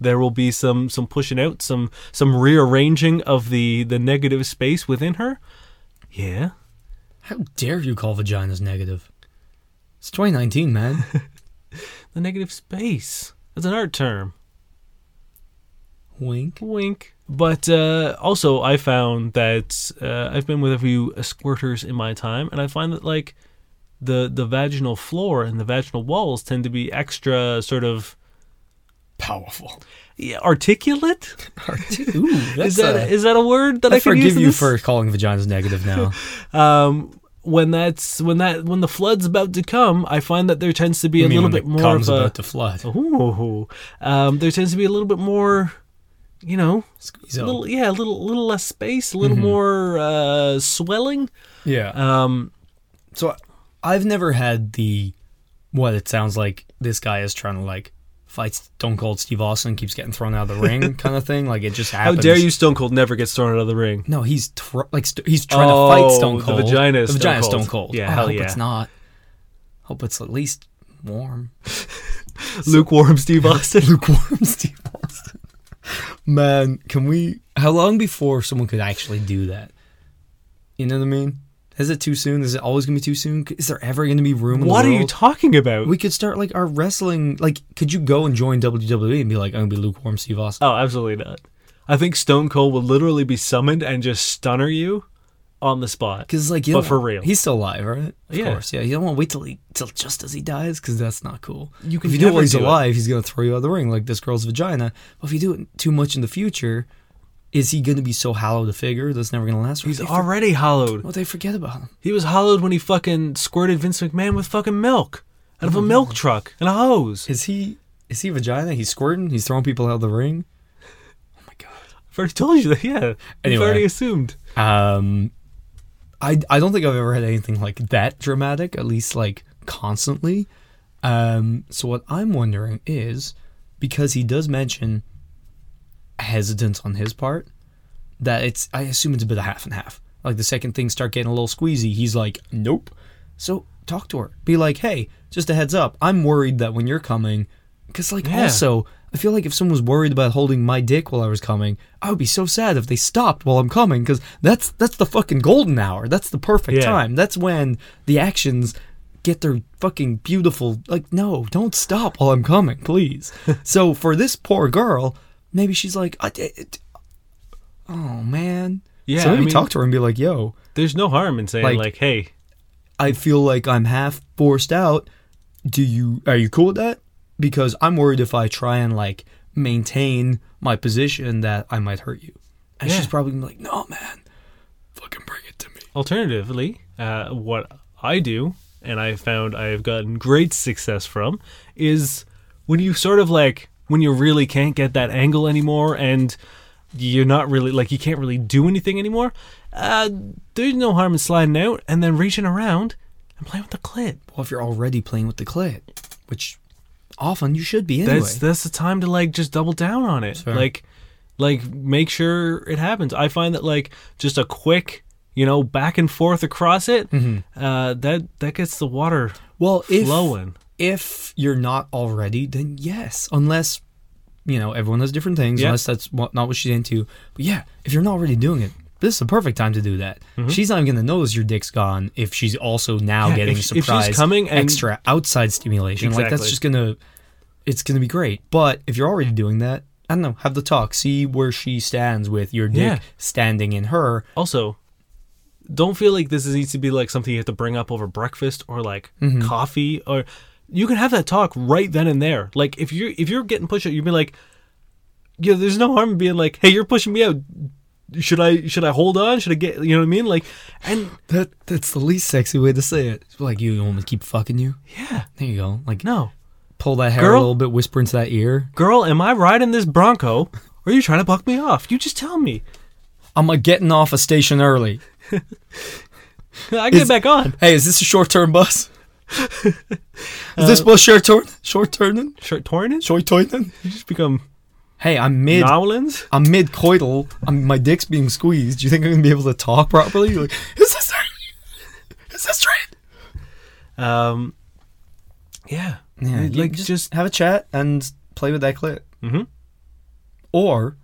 Speaker 1: there will be some some pushing out, some some rearranging of the the negative space within her? Yeah.
Speaker 2: How dare you call vaginas negative? It's
Speaker 1: *laughs*
Speaker 2: 2019, man.
Speaker 1: The negative space. That's an art term.
Speaker 2: Wink.
Speaker 1: Wink. But uh, also, I found that uh, I've been with a few squirters in my time, and I find that like the the vaginal floor and the vaginal walls tend to be extra sort of
Speaker 2: Powerful.
Speaker 1: yeah, articulate.
Speaker 2: Ooh,
Speaker 1: *laughs*
Speaker 2: that's
Speaker 1: Is that
Speaker 2: a-
Speaker 1: is that a word that I,
Speaker 2: I,
Speaker 1: can use
Speaker 2: forgive
Speaker 1: in
Speaker 2: you
Speaker 1: this?
Speaker 2: for calling vaginas
Speaker 1: *laughs*
Speaker 2: negative now.
Speaker 1: um, when that's when that when the flood's about to come, I find that there tends to be
Speaker 2: I
Speaker 1: a
Speaker 2: mean,
Speaker 1: little
Speaker 2: when
Speaker 1: bit
Speaker 2: the
Speaker 1: more of
Speaker 2: comms
Speaker 1: a Oh.
Speaker 2: about to flood.
Speaker 1: ooh, um, there tends to be a little bit more, you know,
Speaker 2: Squeeze
Speaker 1: a
Speaker 2: out.
Speaker 1: little yeah, a little little less space, a little more uh, swelling.
Speaker 2: yeah.
Speaker 1: Um,
Speaker 2: so I- I've never had the what it sounds like this guy is trying to like fights Stone Cold Steve Austin, keeps getting thrown out of the
Speaker 1: *laughs*
Speaker 2: ring, kind of thing. Like it just
Speaker 1: How
Speaker 2: happens.
Speaker 1: dare you, Stone Cold, never gets thrown out of the ring?
Speaker 2: No, he's thr like st- he's trying to fight
Speaker 1: Oh,
Speaker 2: Stone
Speaker 1: the
Speaker 2: Cold.
Speaker 1: vagina is Stone
Speaker 2: the vagina is
Speaker 1: Cold.
Speaker 2: Stone Cold.
Speaker 1: Yeah,
Speaker 2: Oh, I
Speaker 1: hell
Speaker 2: hope
Speaker 1: yeah.
Speaker 2: it's not. Hope it's at least warm.
Speaker 1: *laughs* Lukewarm Steve Austin.
Speaker 2: Lukewarm *laughs* Steve Austin. Man, can we? How long before someone could actually do that? You know what I mean? Is it too soon? Is it always gonna be too soon? Is there ever gonna be room? In
Speaker 1: what
Speaker 2: the
Speaker 1: are
Speaker 2: world?
Speaker 1: you talking about?
Speaker 2: we could start like our wrestling. Like, could you go and join WWE and be like, I'm gonna be lukewarm Steve Austin?
Speaker 1: oh, absolutely not. I think Stone Cold will literally be summoned and just stunner you on the spot.
Speaker 2: Because like, you
Speaker 1: But
Speaker 2: don't-
Speaker 1: for real.
Speaker 2: he's still alive, right? Of
Speaker 1: Yeah.
Speaker 2: course, yeah. You don't want to wait till he till just as he dies, because that's not cool.
Speaker 1: You can
Speaker 2: if you do it
Speaker 1: never
Speaker 2: while he's
Speaker 1: do it.
Speaker 2: alive, he's gonna throw you out of the ring like this girl's vagina. But if you do it too much in the future, is he gonna be so hollow to figure that's never gonna last?
Speaker 1: He's
Speaker 2: They for-
Speaker 1: already hollowed.
Speaker 2: Well, they forget about him.
Speaker 1: He was hollowed when he fucking squirted Vince McMahon with fucking milk out of a
Speaker 2: Mm-hmm.
Speaker 1: milk truck and a hose.
Speaker 2: Is he? Is he vagina? He's squirting. He's throwing people out of the ring. Oh my god.
Speaker 1: I've already told you that, yeah. You've
Speaker 2: Anyway.
Speaker 1: already assumed.
Speaker 2: Um, I I don't think I've ever had anything like that dramatic, at least like constantly. Um, so what I'm wondering is because he does mention hesitance on his part that it's I assume it's a bit of half and half. Like the second things start getting a little squeezy, he's like, "Nope." So talk to her. Be like, "Hey, just a heads up. I'm worried that when you're coming, because like
Speaker 1: Yeah.
Speaker 2: also." I feel like if someone was worried about holding my dick while I was coming, I would be so sad if they stopped while I'm coming because that's that's the fucking golden hour. That's the perfect
Speaker 1: Yeah.
Speaker 2: time. That's when the actions get their fucking beautiful. Like, no, don't stop while I'm coming,
Speaker 1: *laughs*
Speaker 2: please. so for this poor girl, maybe she's like, I, it, it- oh man,
Speaker 1: Yeah,
Speaker 2: So
Speaker 1: I
Speaker 2: maybe
Speaker 1: mean-
Speaker 2: talk to her and be like, yo,
Speaker 1: There's no harm in saying,
Speaker 2: Like-
Speaker 1: like hey,
Speaker 2: I feel like I'm half forced out. Do you are you cool with that? Because I'm worried if I try and like maintain my position that I might hurt you. And
Speaker 1: Yeah.
Speaker 2: she's probably gonna be like, no man, fucking bring it to me.
Speaker 1: Alternatively, uh, what I do, and I found I have gotten great success from, is when you sort of like when you really can't get that angle anymore, and you're not really like you can't really do anything anymore. Uh, there's no harm in sliding out and then reaching around and playing with the clit.
Speaker 2: Well, if you're already playing with the clit, which often you should be anyway.
Speaker 1: That's that's the time to like just double down on it.
Speaker 2: Sure.
Speaker 1: Like like make sure it happens. I find that like just a quick you know back and forth across it uh, that that gets the water
Speaker 2: well, if
Speaker 1: flowing.
Speaker 2: if you're not already, then yes, unless you know everyone has different things.
Speaker 1: Yeah.
Speaker 2: Unless that's what, not what she's into. But yeah, if you're not already doing it, this is the perfect time to do that. She's not even gonna notice your dick's gone if she's also now
Speaker 1: Mm-hmm. Yeah,
Speaker 2: getting
Speaker 1: if- if she's
Speaker 2: surprised
Speaker 1: coming and-
Speaker 2: extra outside stimulation. Like that's
Speaker 1: Exactly.
Speaker 2: just gonna, it's gonna be great. But if you're already doing that. I don't know. Have the talk. See where she stands with your dick
Speaker 1: Yeah.
Speaker 2: standing in her.
Speaker 1: Also, don't feel like this is needs to be like something you have to bring up over breakfast or like coffee or you can have that talk right then and there. Like if you're if you're getting pushed out, you'd be like, yeah, there's no harm in being like, hey, you're pushing me out. Should I should I hold on? Should I get you know what I mean? Like and
Speaker 2: That that's the least sexy way to say it. It's like you, you want me to keep fucking you.
Speaker 1: yeah,
Speaker 2: There you go. Like
Speaker 1: no.
Speaker 2: pull that hair
Speaker 1: Girl?
Speaker 2: a little bit, whisper into that ear.
Speaker 1: Girl, am I riding this Bronco? Or are you trying to buck me off? You just tell me. *laughs*
Speaker 2: I'm like getting off a station early.
Speaker 1: I get
Speaker 2: Is-
Speaker 1: back on.
Speaker 2: Hey, is this a short term bus? *laughs* is
Speaker 1: Uh,
Speaker 2: this bus short turn? Short turning?
Speaker 1: Short Tornin?
Speaker 2: Short turning?
Speaker 1: You just become
Speaker 2: Hey, I'm mid.
Speaker 1: Nowlands?
Speaker 2: I'm mid coital. I'm my dick's being squeezed. Do you think I'm gonna be able to talk properly? You're like, is this right? Is this straight?
Speaker 1: Um Yeah. like just,
Speaker 2: have a chat and play with that clip.
Speaker 1: Mhm.
Speaker 2: Or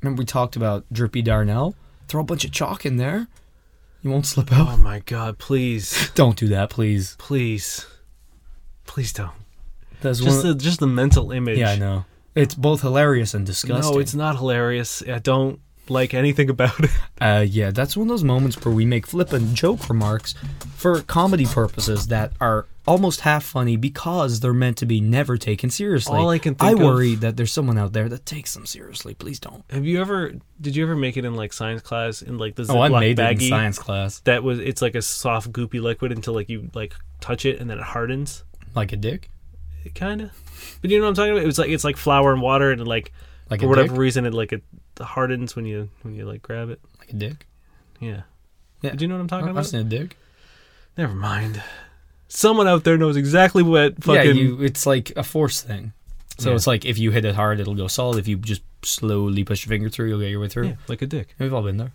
Speaker 2: remember we talked about drippy Darnell? Throw a bunch of chalk in there. You won't slip out.
Speaker 1: Oh my god, please.
Speaker 2: Don't do that, please.
Speaker 1: Please. Please don't.
Speaker 2: That's
Speaker 1: Just the just the mental image.
Speaker 2: Yeah, I know. It's both hilarious and disgusting.
Speaker 1: No, it's not hilarious. I don't like anything about it. *laughs*
Speaker 2: Uh, yeah, that's one of those moments where we make flippant joke remarks for comedy purposes that are almost half funny because they're meant to be never taken seriously.
Speaker 1: All I can
Speaker 2: I
Speaker 1: think of-
Speaker 2: worry that there's someone out there that takes them seriously. Please don't.
Speaker 1: Have you ever did you ever make it in like science class in like the
Speaker 2: Oh, I
Speaker 1: Ziploc
Speaker 2: made it in
Speaker 1: baggie?
Speaker 2: science class.
Speaker 1: That was it's like a soft goopy liquid until like you like touch it and then it hardens.
Speaker 2: Like a dick?
Speaker 1: It kinda. But you know what I'm talking about? It was like it's like flour and water and like
Speaker 2: Like
Speaker 1: for
Speaker 2: a
Speaker 1: whatever
Speaker 2: dick?
Speaker 1: reason it like it hardens when you when you like grab it.
Speaker 2: Like a dick?
Speaker 1: Yeah.
Speaker 2: Yeah. Oh,
Speaker 1: Do you know what I'm talking
Speaker 2: I've
Speaker 1: about?
Speaker 2: seen a dick.
Speaker 1: Never mind. Someone out there knows exactly what
Speaker 2: yeah,
Speaker 1: fucking
Speaker 2: you, it's like a force thing. So
Speaker 1: Yeah.
Speaker 2: it's like if you hit it hard, it'll go solid. If you just slowly push your finger through, you'll get your way through.
Speaker 1: Yeah, like a dick.
Speaker 2: We've all been there.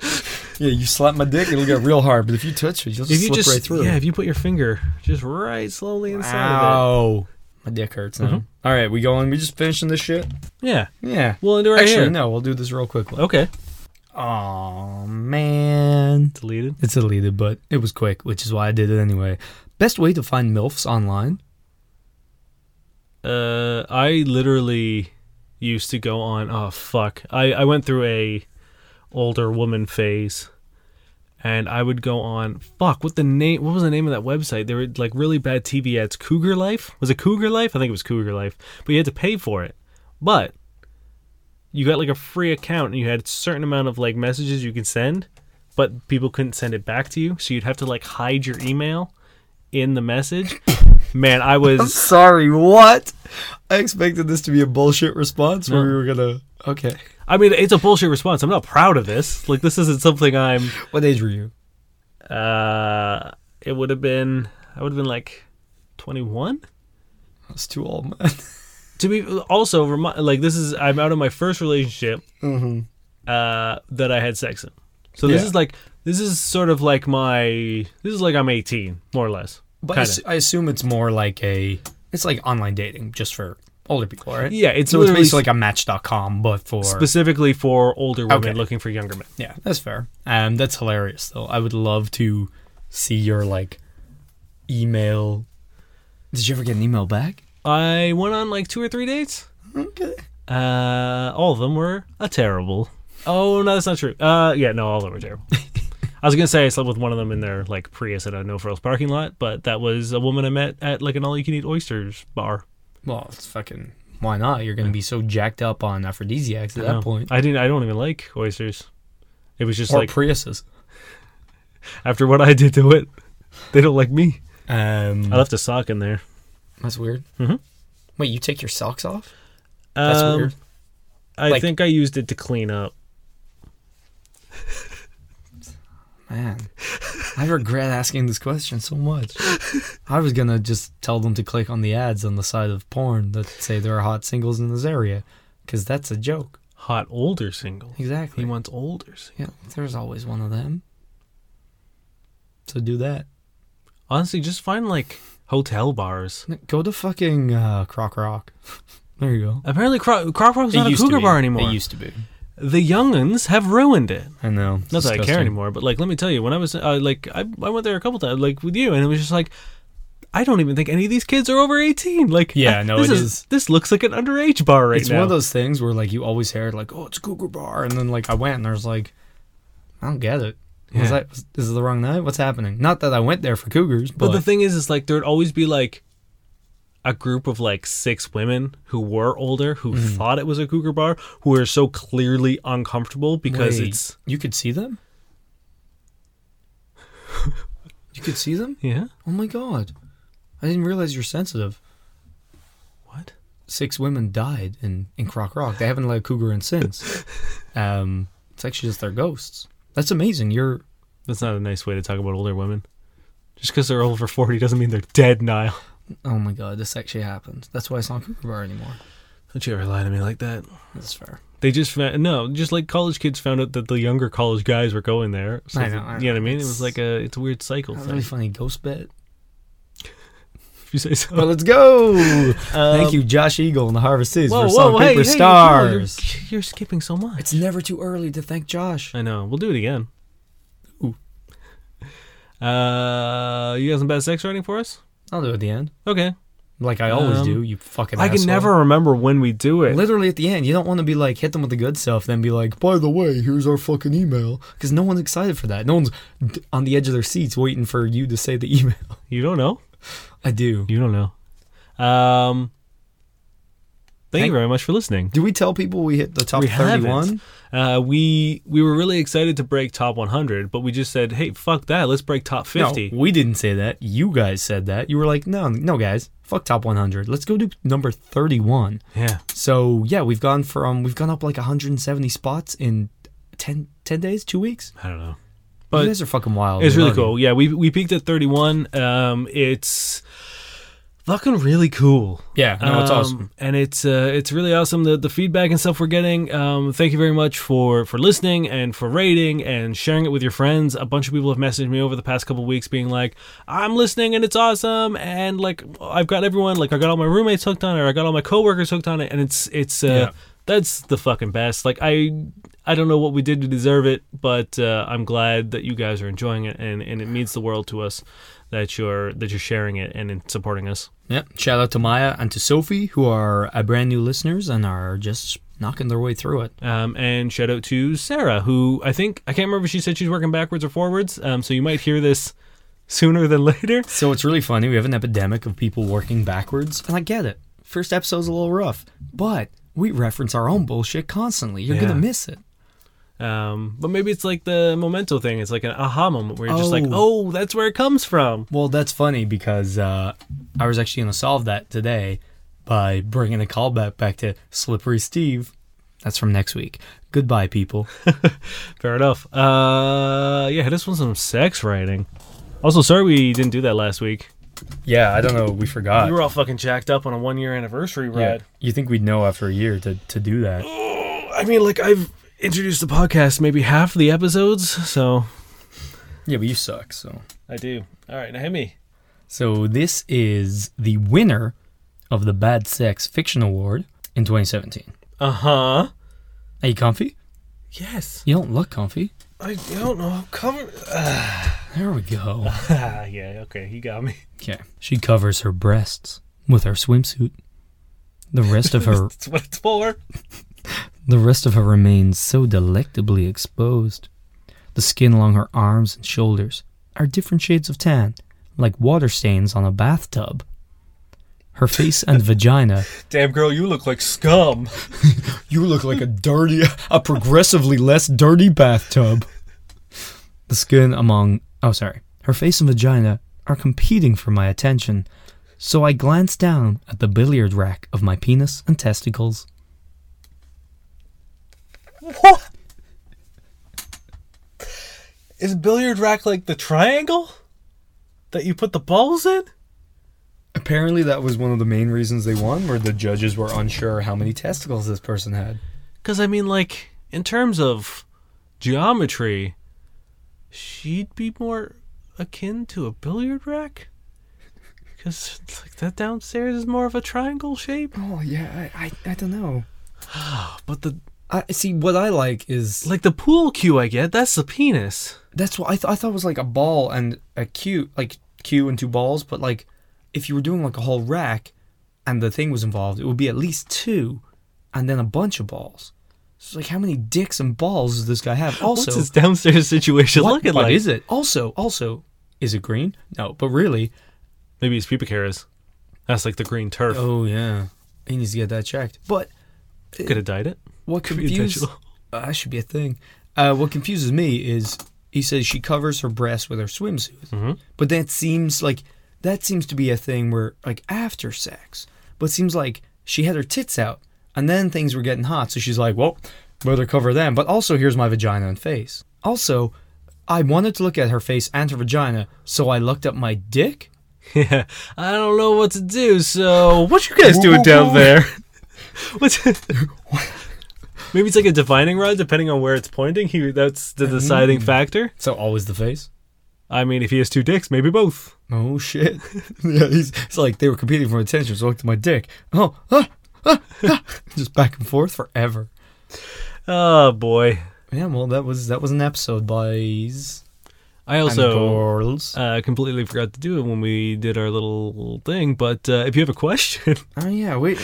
Speaker 2: *laughs* yeah, you slap my dick, it'll get real hard. But if you touch it, you'll
Speaker 1: If you just yeah, if you put your finger just right slowly inside of
Speaker 2: Ow. My dick hurts now.
Speaker 1: Mhm.
Speaker 2: All right, we going? We just finishing this shit?
Speaker 1: it, yeah.
Speaker 2: Yeah.
Speaker 1: Well, into right
Speaker 2: Actually,
Speaker 1: here.
Speaker 2: no, we'll do this real quickly.
Speaker 1: Okay,
Speaker 2: Oh, man.
Speaker 1: deleted.
Speaker 2: It's deleted, but it was quick, which is why I did it anyway. Best way to find MILFs online?
Speaker 1: Uh, I literally used to go on. Oh fuck! I I went through a older woman phase, and I would go on. Fuck! What the name? What was the name of that website? There were like really bad TV ads. Cougar Life was it Cougar Life? I think it was Cougar Life, but you had to pay for it. But you got like a free account, and you had a certain amount of like messages you could send, but people couldn't send it back to you, so you'd have to like hide your email in the message. Man, I was
Speaker 2: Sorry, what? I expected this to be a bullshit response where
Speaker 1: No.
Speaker 2: we were gonna. Okay.
Speaker 1: I mean, it's a bullshit response. I'm not proud of this. Like, this isn't something I'm.
Speaker 2: What age were you?
Speaker 1: Uh, it would have been. I would have been like 21.
Speaker 2: I was too old, man. *laughs*
Speaker 1: To be also remi- like this is I'm out of my first relationship uh, that I had sex in. So this
Speaker 2: Mm-hmm. Yeah.
Speaker 1: is like this is sort of like my this is like I'm 18 more or less.
Speaker 2: But I,
Speaker 1: Kinda.
Speaker 2: s- I assume it's more like a. It's like online dating, just for older people, right?
Speaker 1: Yeah, it's
Speaker 2: So it's
Speaker 1: literally
Speaker 2: basically like a Match.com, but for.
Speaker 1: specifically for older women
Speaker 2: Okay.
Speaker 1: looking for younger men.
Speaker 2: yeah, that's fair. Um, that's hilarious, though. I would love to see your like email. Did you ever get an email back?
Speaker 1: I went on like two or three dates.
Speaker 2: Okay.
Speaker 1: Uh, all of them were a terrible. Oh no, that's not true. Uh, yeah, no, all of them were
Speaker 2: *laughs*
Speaker 1: terrible. I was gonna say I slept with one of them in their like Prius at a No Frills parking lot, but that was a woman I met at like an all-you-can-eat oysters bar.
Speaker 2: Well, it's fucking. Why not? You're gonna be so jacked up on aphrodisiacs at
Speaker 1: No,
Speaker 2: that point.
Speaker 1: I didn't. I don't even like oysters. It was just
Speaker 2: or
Speaker 1: like
Speaker 2: Priuses.
Speaker 1: after what I did to it, *laughs* they don't like me.
Speaker 2: Um,
Speaker 1: I left a sock in there.
Speaker 2: that's weird.
Speaker 1: Mhm.
Speaker 2: Wait, you take your socks off?
Speaker 1: That's
Speaker 2: That's
Speaker 1: weird.
Speaker 2: weird.
Speaker 1: Um, I
Speaker 2: Like-
Speaker 1: think I used it to clean up.
Speaker 2: Man, I regret asking this question so much. I was gonna just tell them to click on the ads on the side of porn that say there are hot singles in this area, because that's a joke.
Speaker 1: Hot older single. He
Speaker 2: Exactly.
Speaker 1: wants older. Single.
Speaker 2: Yeah, there's always one of them. So do that.
Speaker 1: Honestly, just find like hotel bars.
Speaker 2: Go to fucking uh, Croc Rock. *laughs* there you go.
Speaker 1: Apparently, Cro- Croc Rock's
Speaker 2: It
Speaker 1: not a
Speaker 2: used to
Speaker 1: cougar
Speaker 2: be.
Speaker 1: bar anymore.
Speaker 2: It used to be.
Speaker 1: the younguns have ruined it.
Speaker 2: I know.
Speaker 1: Not that I
Speaker 2: Disgusting.
Speaker 1: care anymore, but like, let me tell you, when I was uh, like, I, I went there a couple times, like with you, and it was just like, I don't even think any of these kids are over eighteen. Like,
Speaker 2: Yeah, no,
Speaker 1: this
Speaker 2: it
Speaker 1: is-
Speaker 2: is.
Speaker 1: This looks like an underage bar right
Speaker 2: it's
Speaker 1: now.
Speaker 2: one of those things where like you always hear like, oh, it's Cougar Bar, and then like I went and there's like, I don't get it.
Speaker 1: Yeah.
Speaker 2: Was that was, is it the wrong night? What's happening? Not that I went there for cougars,
Speaker 1: but
Speaker 2: but,
Speaker 1: the thing is, is like there'd always be like a group of like six women who were older who thought it was a cougar bar who were so clearly uncomfortable because
Speaker 2: Wait,
Speaker 1: it's
Speaker 2: you could
Speaker 1: *laughs*
Speaker 2: see them. you could see them.
Speaker 1: yeah
Speaker 2: Oh my god, I didn't realize you're sensitive.
Speaker 1: what
Speaker 2: Six women died in in Croc Rock. They haven't let a cougar
Speaker 1: *laughs*
Speaker 2: in since. um, it's actually just their ghosts. That's amazing. You're
Speaker 1: that's not a nice way to talk about older women just because they're over 40 doesn't mean they're dead Niall
Speaker 2: oh my god, this actually happened. That's why it's not Cougar Bar anymore.
Speaker 1: Don't you ever lie to me like that?
Speaker 2: That's fair.
Speaker 1: They just found, no, just like college kids found out that the younger college guys were going there. So
Speaker 2: I know, I
Speaker 1: you know what I mean? It
Speaker 2: know.
Speaker 1: was like a it's a weird cycle
Speaker 2: Not
Speaker 1: thing.
Speaker 2: really funny ghost bet.
Speaker 1: *laughs* if you say so.
Speaker 2: Well, let's go. Thank you, Josh Eagle and the Harvest Seas for song
Speaker 1: Um, hey,
Speaker 2: paper
Speaker 1: hey,
Speaker 2: stars.
Speaker 1: no, you're, you're skipping so much.
Speaker 2: it's never too early to thank Josh.
Speaker 1: I know. We'll do it again.
Speaker 2: Ooh.
Speaker 1: Uh, you got some bad sex writing for us?
Speaker 2: I'll do it at the end,
Speaker 1: Okay.
Speaker 2: like I always
Speaker 1: Um,
Speaker 2: do. You fucking.
Speaker 1: I can
Speaker 2: asshole.
Speaker 1: never remember when we do it.
Speaker 2: Literally at the end, you don't want to be like hit them with the good stuff, then be like, by the way, here's our fucking email, because no one's excited for that. No one's d- on the edge of their seats waiting for you to say the *laughs* email.
Speaker 1: You don't know.
Speaker 2: I do.
Speaker 1: You don't know. Um. Thank,
Speaker 2: Thank-
Speaker 1: you very much for listening.
Speaker 2: Do we tell people we hit the top
Speaker 1: We haven't.
Speaker 2: thirty-one?
Speaker 1: Uh, we we were really excited to break top 100, but we just said, "Hey, fuck that! Let's break top 50."
Speaker 2: No, we didn't say that. You guys said that. You were like, no, no, guys, fuck top one hundred. Let's go do number thirty-one.
Speaker 1: Yeah,
Speaker 2: So yeah, we've gone from we've gone up like 170 spots in 10, 10 days, two weeks.
Speaker 1: I don't know.
Speaker 2: you
Speaker 1: But
Speaker 2: guys are fucking wild.
Speaker 1: it's
Speaker 2: Oh, We
Speaker 1: really
Speaker 2: love you.
Speaker 1: cool. Yeah, we we peaked at 31. Um, it's fucking really cool.
Speaker 2: Yeah, no, it's
Speaker 1: Um,
Speaker 2: awesome.
Speaker 1: and it's uh, it's really awesome the the feedback and stuff we're getting. Um, thank you very much for for listening and for rating and sharing it with your friends. A bunch of people have messaged me over the past couple weeks, being like, "I'm listening and it's awesome," and like I've got everyone like I got all my roommates hooked on it, or I got all my coworkers hooked on it, and it's it's uh,
Speaker 2: Yeah.
Speaker 1: that's the fucking best. Like I I don't know what we did to deserve it, but uh, I'm glad that you guys are enjoying it, and and it means the world to us that you're that you're sharing it and, and supporting us.
Speaker 2: Yeah, shout out to Maya and to Sophie, who are uh, brand new listeners and are just knocking their way through it.
Speaker 1: Um, and shout out to Sarah, who I think I can't remember if she said she's working backwards or forwards. Um, so you might hear this *laughs* sooner than later.
Speaker 2: So it's really funny. We have an epidemic of people working backwards, and I get it. First episode's a little rough, but we reference our own bullshit constantly. You're
Speaker 1: Yeah.
Speaker 2: gonna miss it.
Speaker 1: Um, but maybe it's like the memento thing. It's like an aha moment where you're just like,
Speaker 2: Oh.
Speaker 1: oh, that's where it comes from.
Speaker 2: Well, that's funny because uh, I was actually gonna solve that today by bringing a callback back to Slippery Steve. That's from next week. Goodbye, people.
Speaker 1: Fair enough. Uh, yeah, this one's some sex writing. Also, sorry we didn't do that last week.
Speaker 2: yeah, I don't know. We forgot.
Speaker 1: We were all fucking jacked up on a one year anniversary
Speaker 2: Yeah.
Speaker 1: ride.
Speaker 2: You think we'd know after a year to, to do that?
Speaker 1: I mean, like, I've introduced the podcast maybe half the episodes, so.
Speaker 2: Yeah, but you suck, so.
Speaker 1: I do. All right, now hit me.
Speaker 2: So this is the winner of the Bad Sex Fiction Award in 2017.
Speaker 1: Uh huh.
Speaker 2: Are you comfy?
Speaker 1: Yes.
Speaker 2: You don't look comfy.
Speaker 1: I don't know. Cover.
Speaker 2: There we *laughs* go.
Speaker 1: Ah, yeah. Okay, he got me. *laughs*
Speaker 2: Okay. She covers her breasts with her swimsuit. The rest of *laughs* her
Speaker 1: That's what it's for.
Speaker 2: the rest of her remains so delectably exposed. The skin along her arms and shoulders are different shades of tan, like water stains on a bathtub. Her face *laughs* and vagina
Speaker 1: Damn, girl, you look like scum.
Speaker 2: You look like a dirty, a progressively less dirty bathtub. The skin among, oh, sorry, her face and vagina are competing for my attention, so I glance down at the billiard rack of my penis and testicles.
Speaker 1: What? Is billiard rack like the triangle that you put the balls in?
Speaker 2: Apparently, that was one of the main reasons they won, where the judges were unsure how many testicles this person had.
Speaker 1: Because I mean, like in terms of geometry, she'd be more akin to a billiard rack. Because like that downstairs is more of a triangle shape.
Speaker 2: Oh, yeah, I, I, I don't know.
Speaker 1: But the
Speaker 2: I See, what I like is,
Speaker 1: like the pool cue I get, that's the penis.
Speaker 2: that's what I, th- I thought was like a ball and a cue, like cue and two balls. But like, if you were doing like a whole rack, and the thing was involved, it would be at least two, and then a bunch of balls. So like, how many dicks and balls does this guy have? Also,
Speaker 1: What's his downstairs situation
Speaker 2: what,
Speaker 1: looking
Speaker 2: what
Speaker 1: like?
Speaker 2: is it? Also, also, is it green? No, but really,
Speaker 1: Maybe it's pubic hair is. That's like the green turf.
Speaker 2: oh yeah, he needs to get that checked. But
Speaker 1: Could have dyed it. *laughs*
Speaker 2: What
Speaker 1: Could be
Speaker 2: confuses
Speaker 1: intentional.
Speaker 2: uh, that should be a thing. Uh, what confuses me is he says she covers her breasts with her swimsuit,
Speaker 1: Mm-hmm.
Speaker 2: but that seems like that seems to be a thing where like after sex, but it seems like she had her tits out and then things were getting hot, so she's like, well, better cover them. But also, here's my vagina and face. Also, I wanted to look at her face and her vagina, so I looked up my dick.
Speaker 1: Yeah. I don't know what to do, so what you guys doing
Speaker 2: Woo-woo-woo.
Speaker 1: down there? What's Maybe it's like a divining rod, depending on where it's pointing. He that's the deciding factor.
Speaker 2: So always the face.
Speaker 1: I mean, if he has two dicks, maybe both.
Speaker 2: Oh shit! *laughs* yeah, he's it's like they were competing for attention. So I looked at my dick. Oh, ah, ah, ah. *laughs* just back and forth forever.
Speaker 1: Oh boy.
Speaker 2: Yeah, well, that was that was an episode, boys
Speaker 1: I
Speaker 2: and
Speaker 1: also
Speaker 2: girls.
Speaker 1: uh, completely forgot to do it when we did our little thing. But uh, if you have a question,
Speaker 2: oh yeah, wait.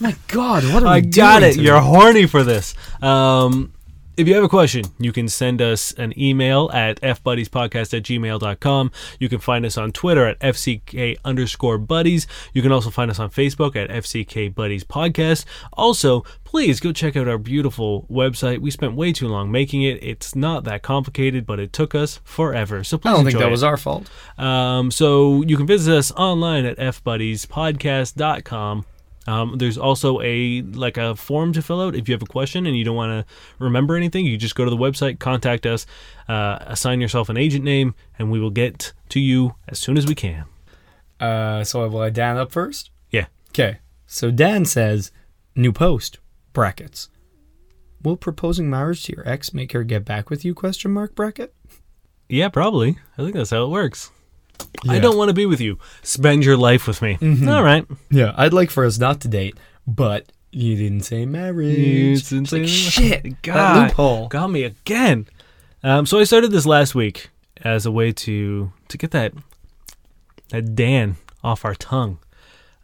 Speaker 2: my God, what are we
Speaker 1: I got
Speaker 2: doing
Speaker 1: it.
Speaker 2: today?
Speaker 1: You're horny for this. Um, if you have a question, you can send us an email at fbuddiespodcast at gmail.com. You can find us on Twitter at FCK underscore buddies. You can also find us on Facebook at FCK buddies podcast. Also, please go check out our beautiful website. We spent way too long making it. It's not that complicated, but it took us forever. So please
Speaker 2: I don't think
Speaker 1: enjoy
Speaker 2: that
Speaker 1: it.
Speaker 2: was our fault.
Speaker 1: Um, so you can visit us online at fbuddiespodcast.com. Um, there's also a like a form to fill out if you have a question and you don't want to remember anything. You just go to the website, contact us, uh, assign yourself an agent name, and we will get to you as soon as we can.
Speaker 2: Uh, so will I Dan up first?
Speaker 1: Yeah.
Speaker 2: Okay. So Dan says, new post brackets. Will proposing marriage to your ex make her get back with you? Question mark bracket.
Speaker 1: Yeah, probably. I think that's how it works. I
Speaker 2: Yeah.
Speaker 1: don't want to be with you. Spend your life with me. All right.
Speaker 2: Yeah, I'd like for us not to date, but you didn't say marriage.
Speaker 1: It's
Speaker 2: It's like,
Speaker 1: insane.
Speaker 2: shit.
Speaker 1: God,
Speaker 2: that loophole.
Speaker 1: got me again. Um, so I started this last week as a way to to get that that Dan off our tongue.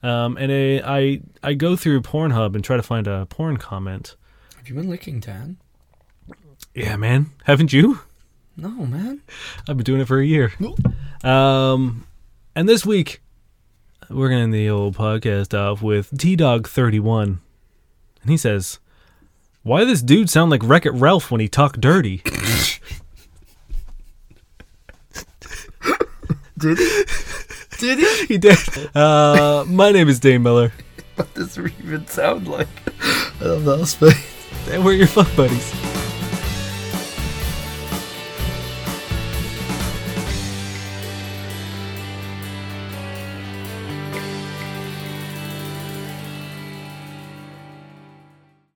Speaker 1: Um, and I, I I go through Pornhub and try to find a porn comment.
Speaker 2: Have you been licking Dan?
Speaker 1: Yeah, man, haven't you?
Speaker 2: No, man.
Speaker 1: I've been doing it for a year. Um, and this week we're gonna end the old podcast off with T Dog thirty one, and he says, "Why this dude sound like Wreck It Ralph when he talk dirty?"
Speaker 2: Did he? Did *laughs* he?
Speaker 1: he did. Uh, my name is Dane Miller,
Speaker 2: What does it even sound like? I love that space.
Speaker 1: and we're your fuck buddies.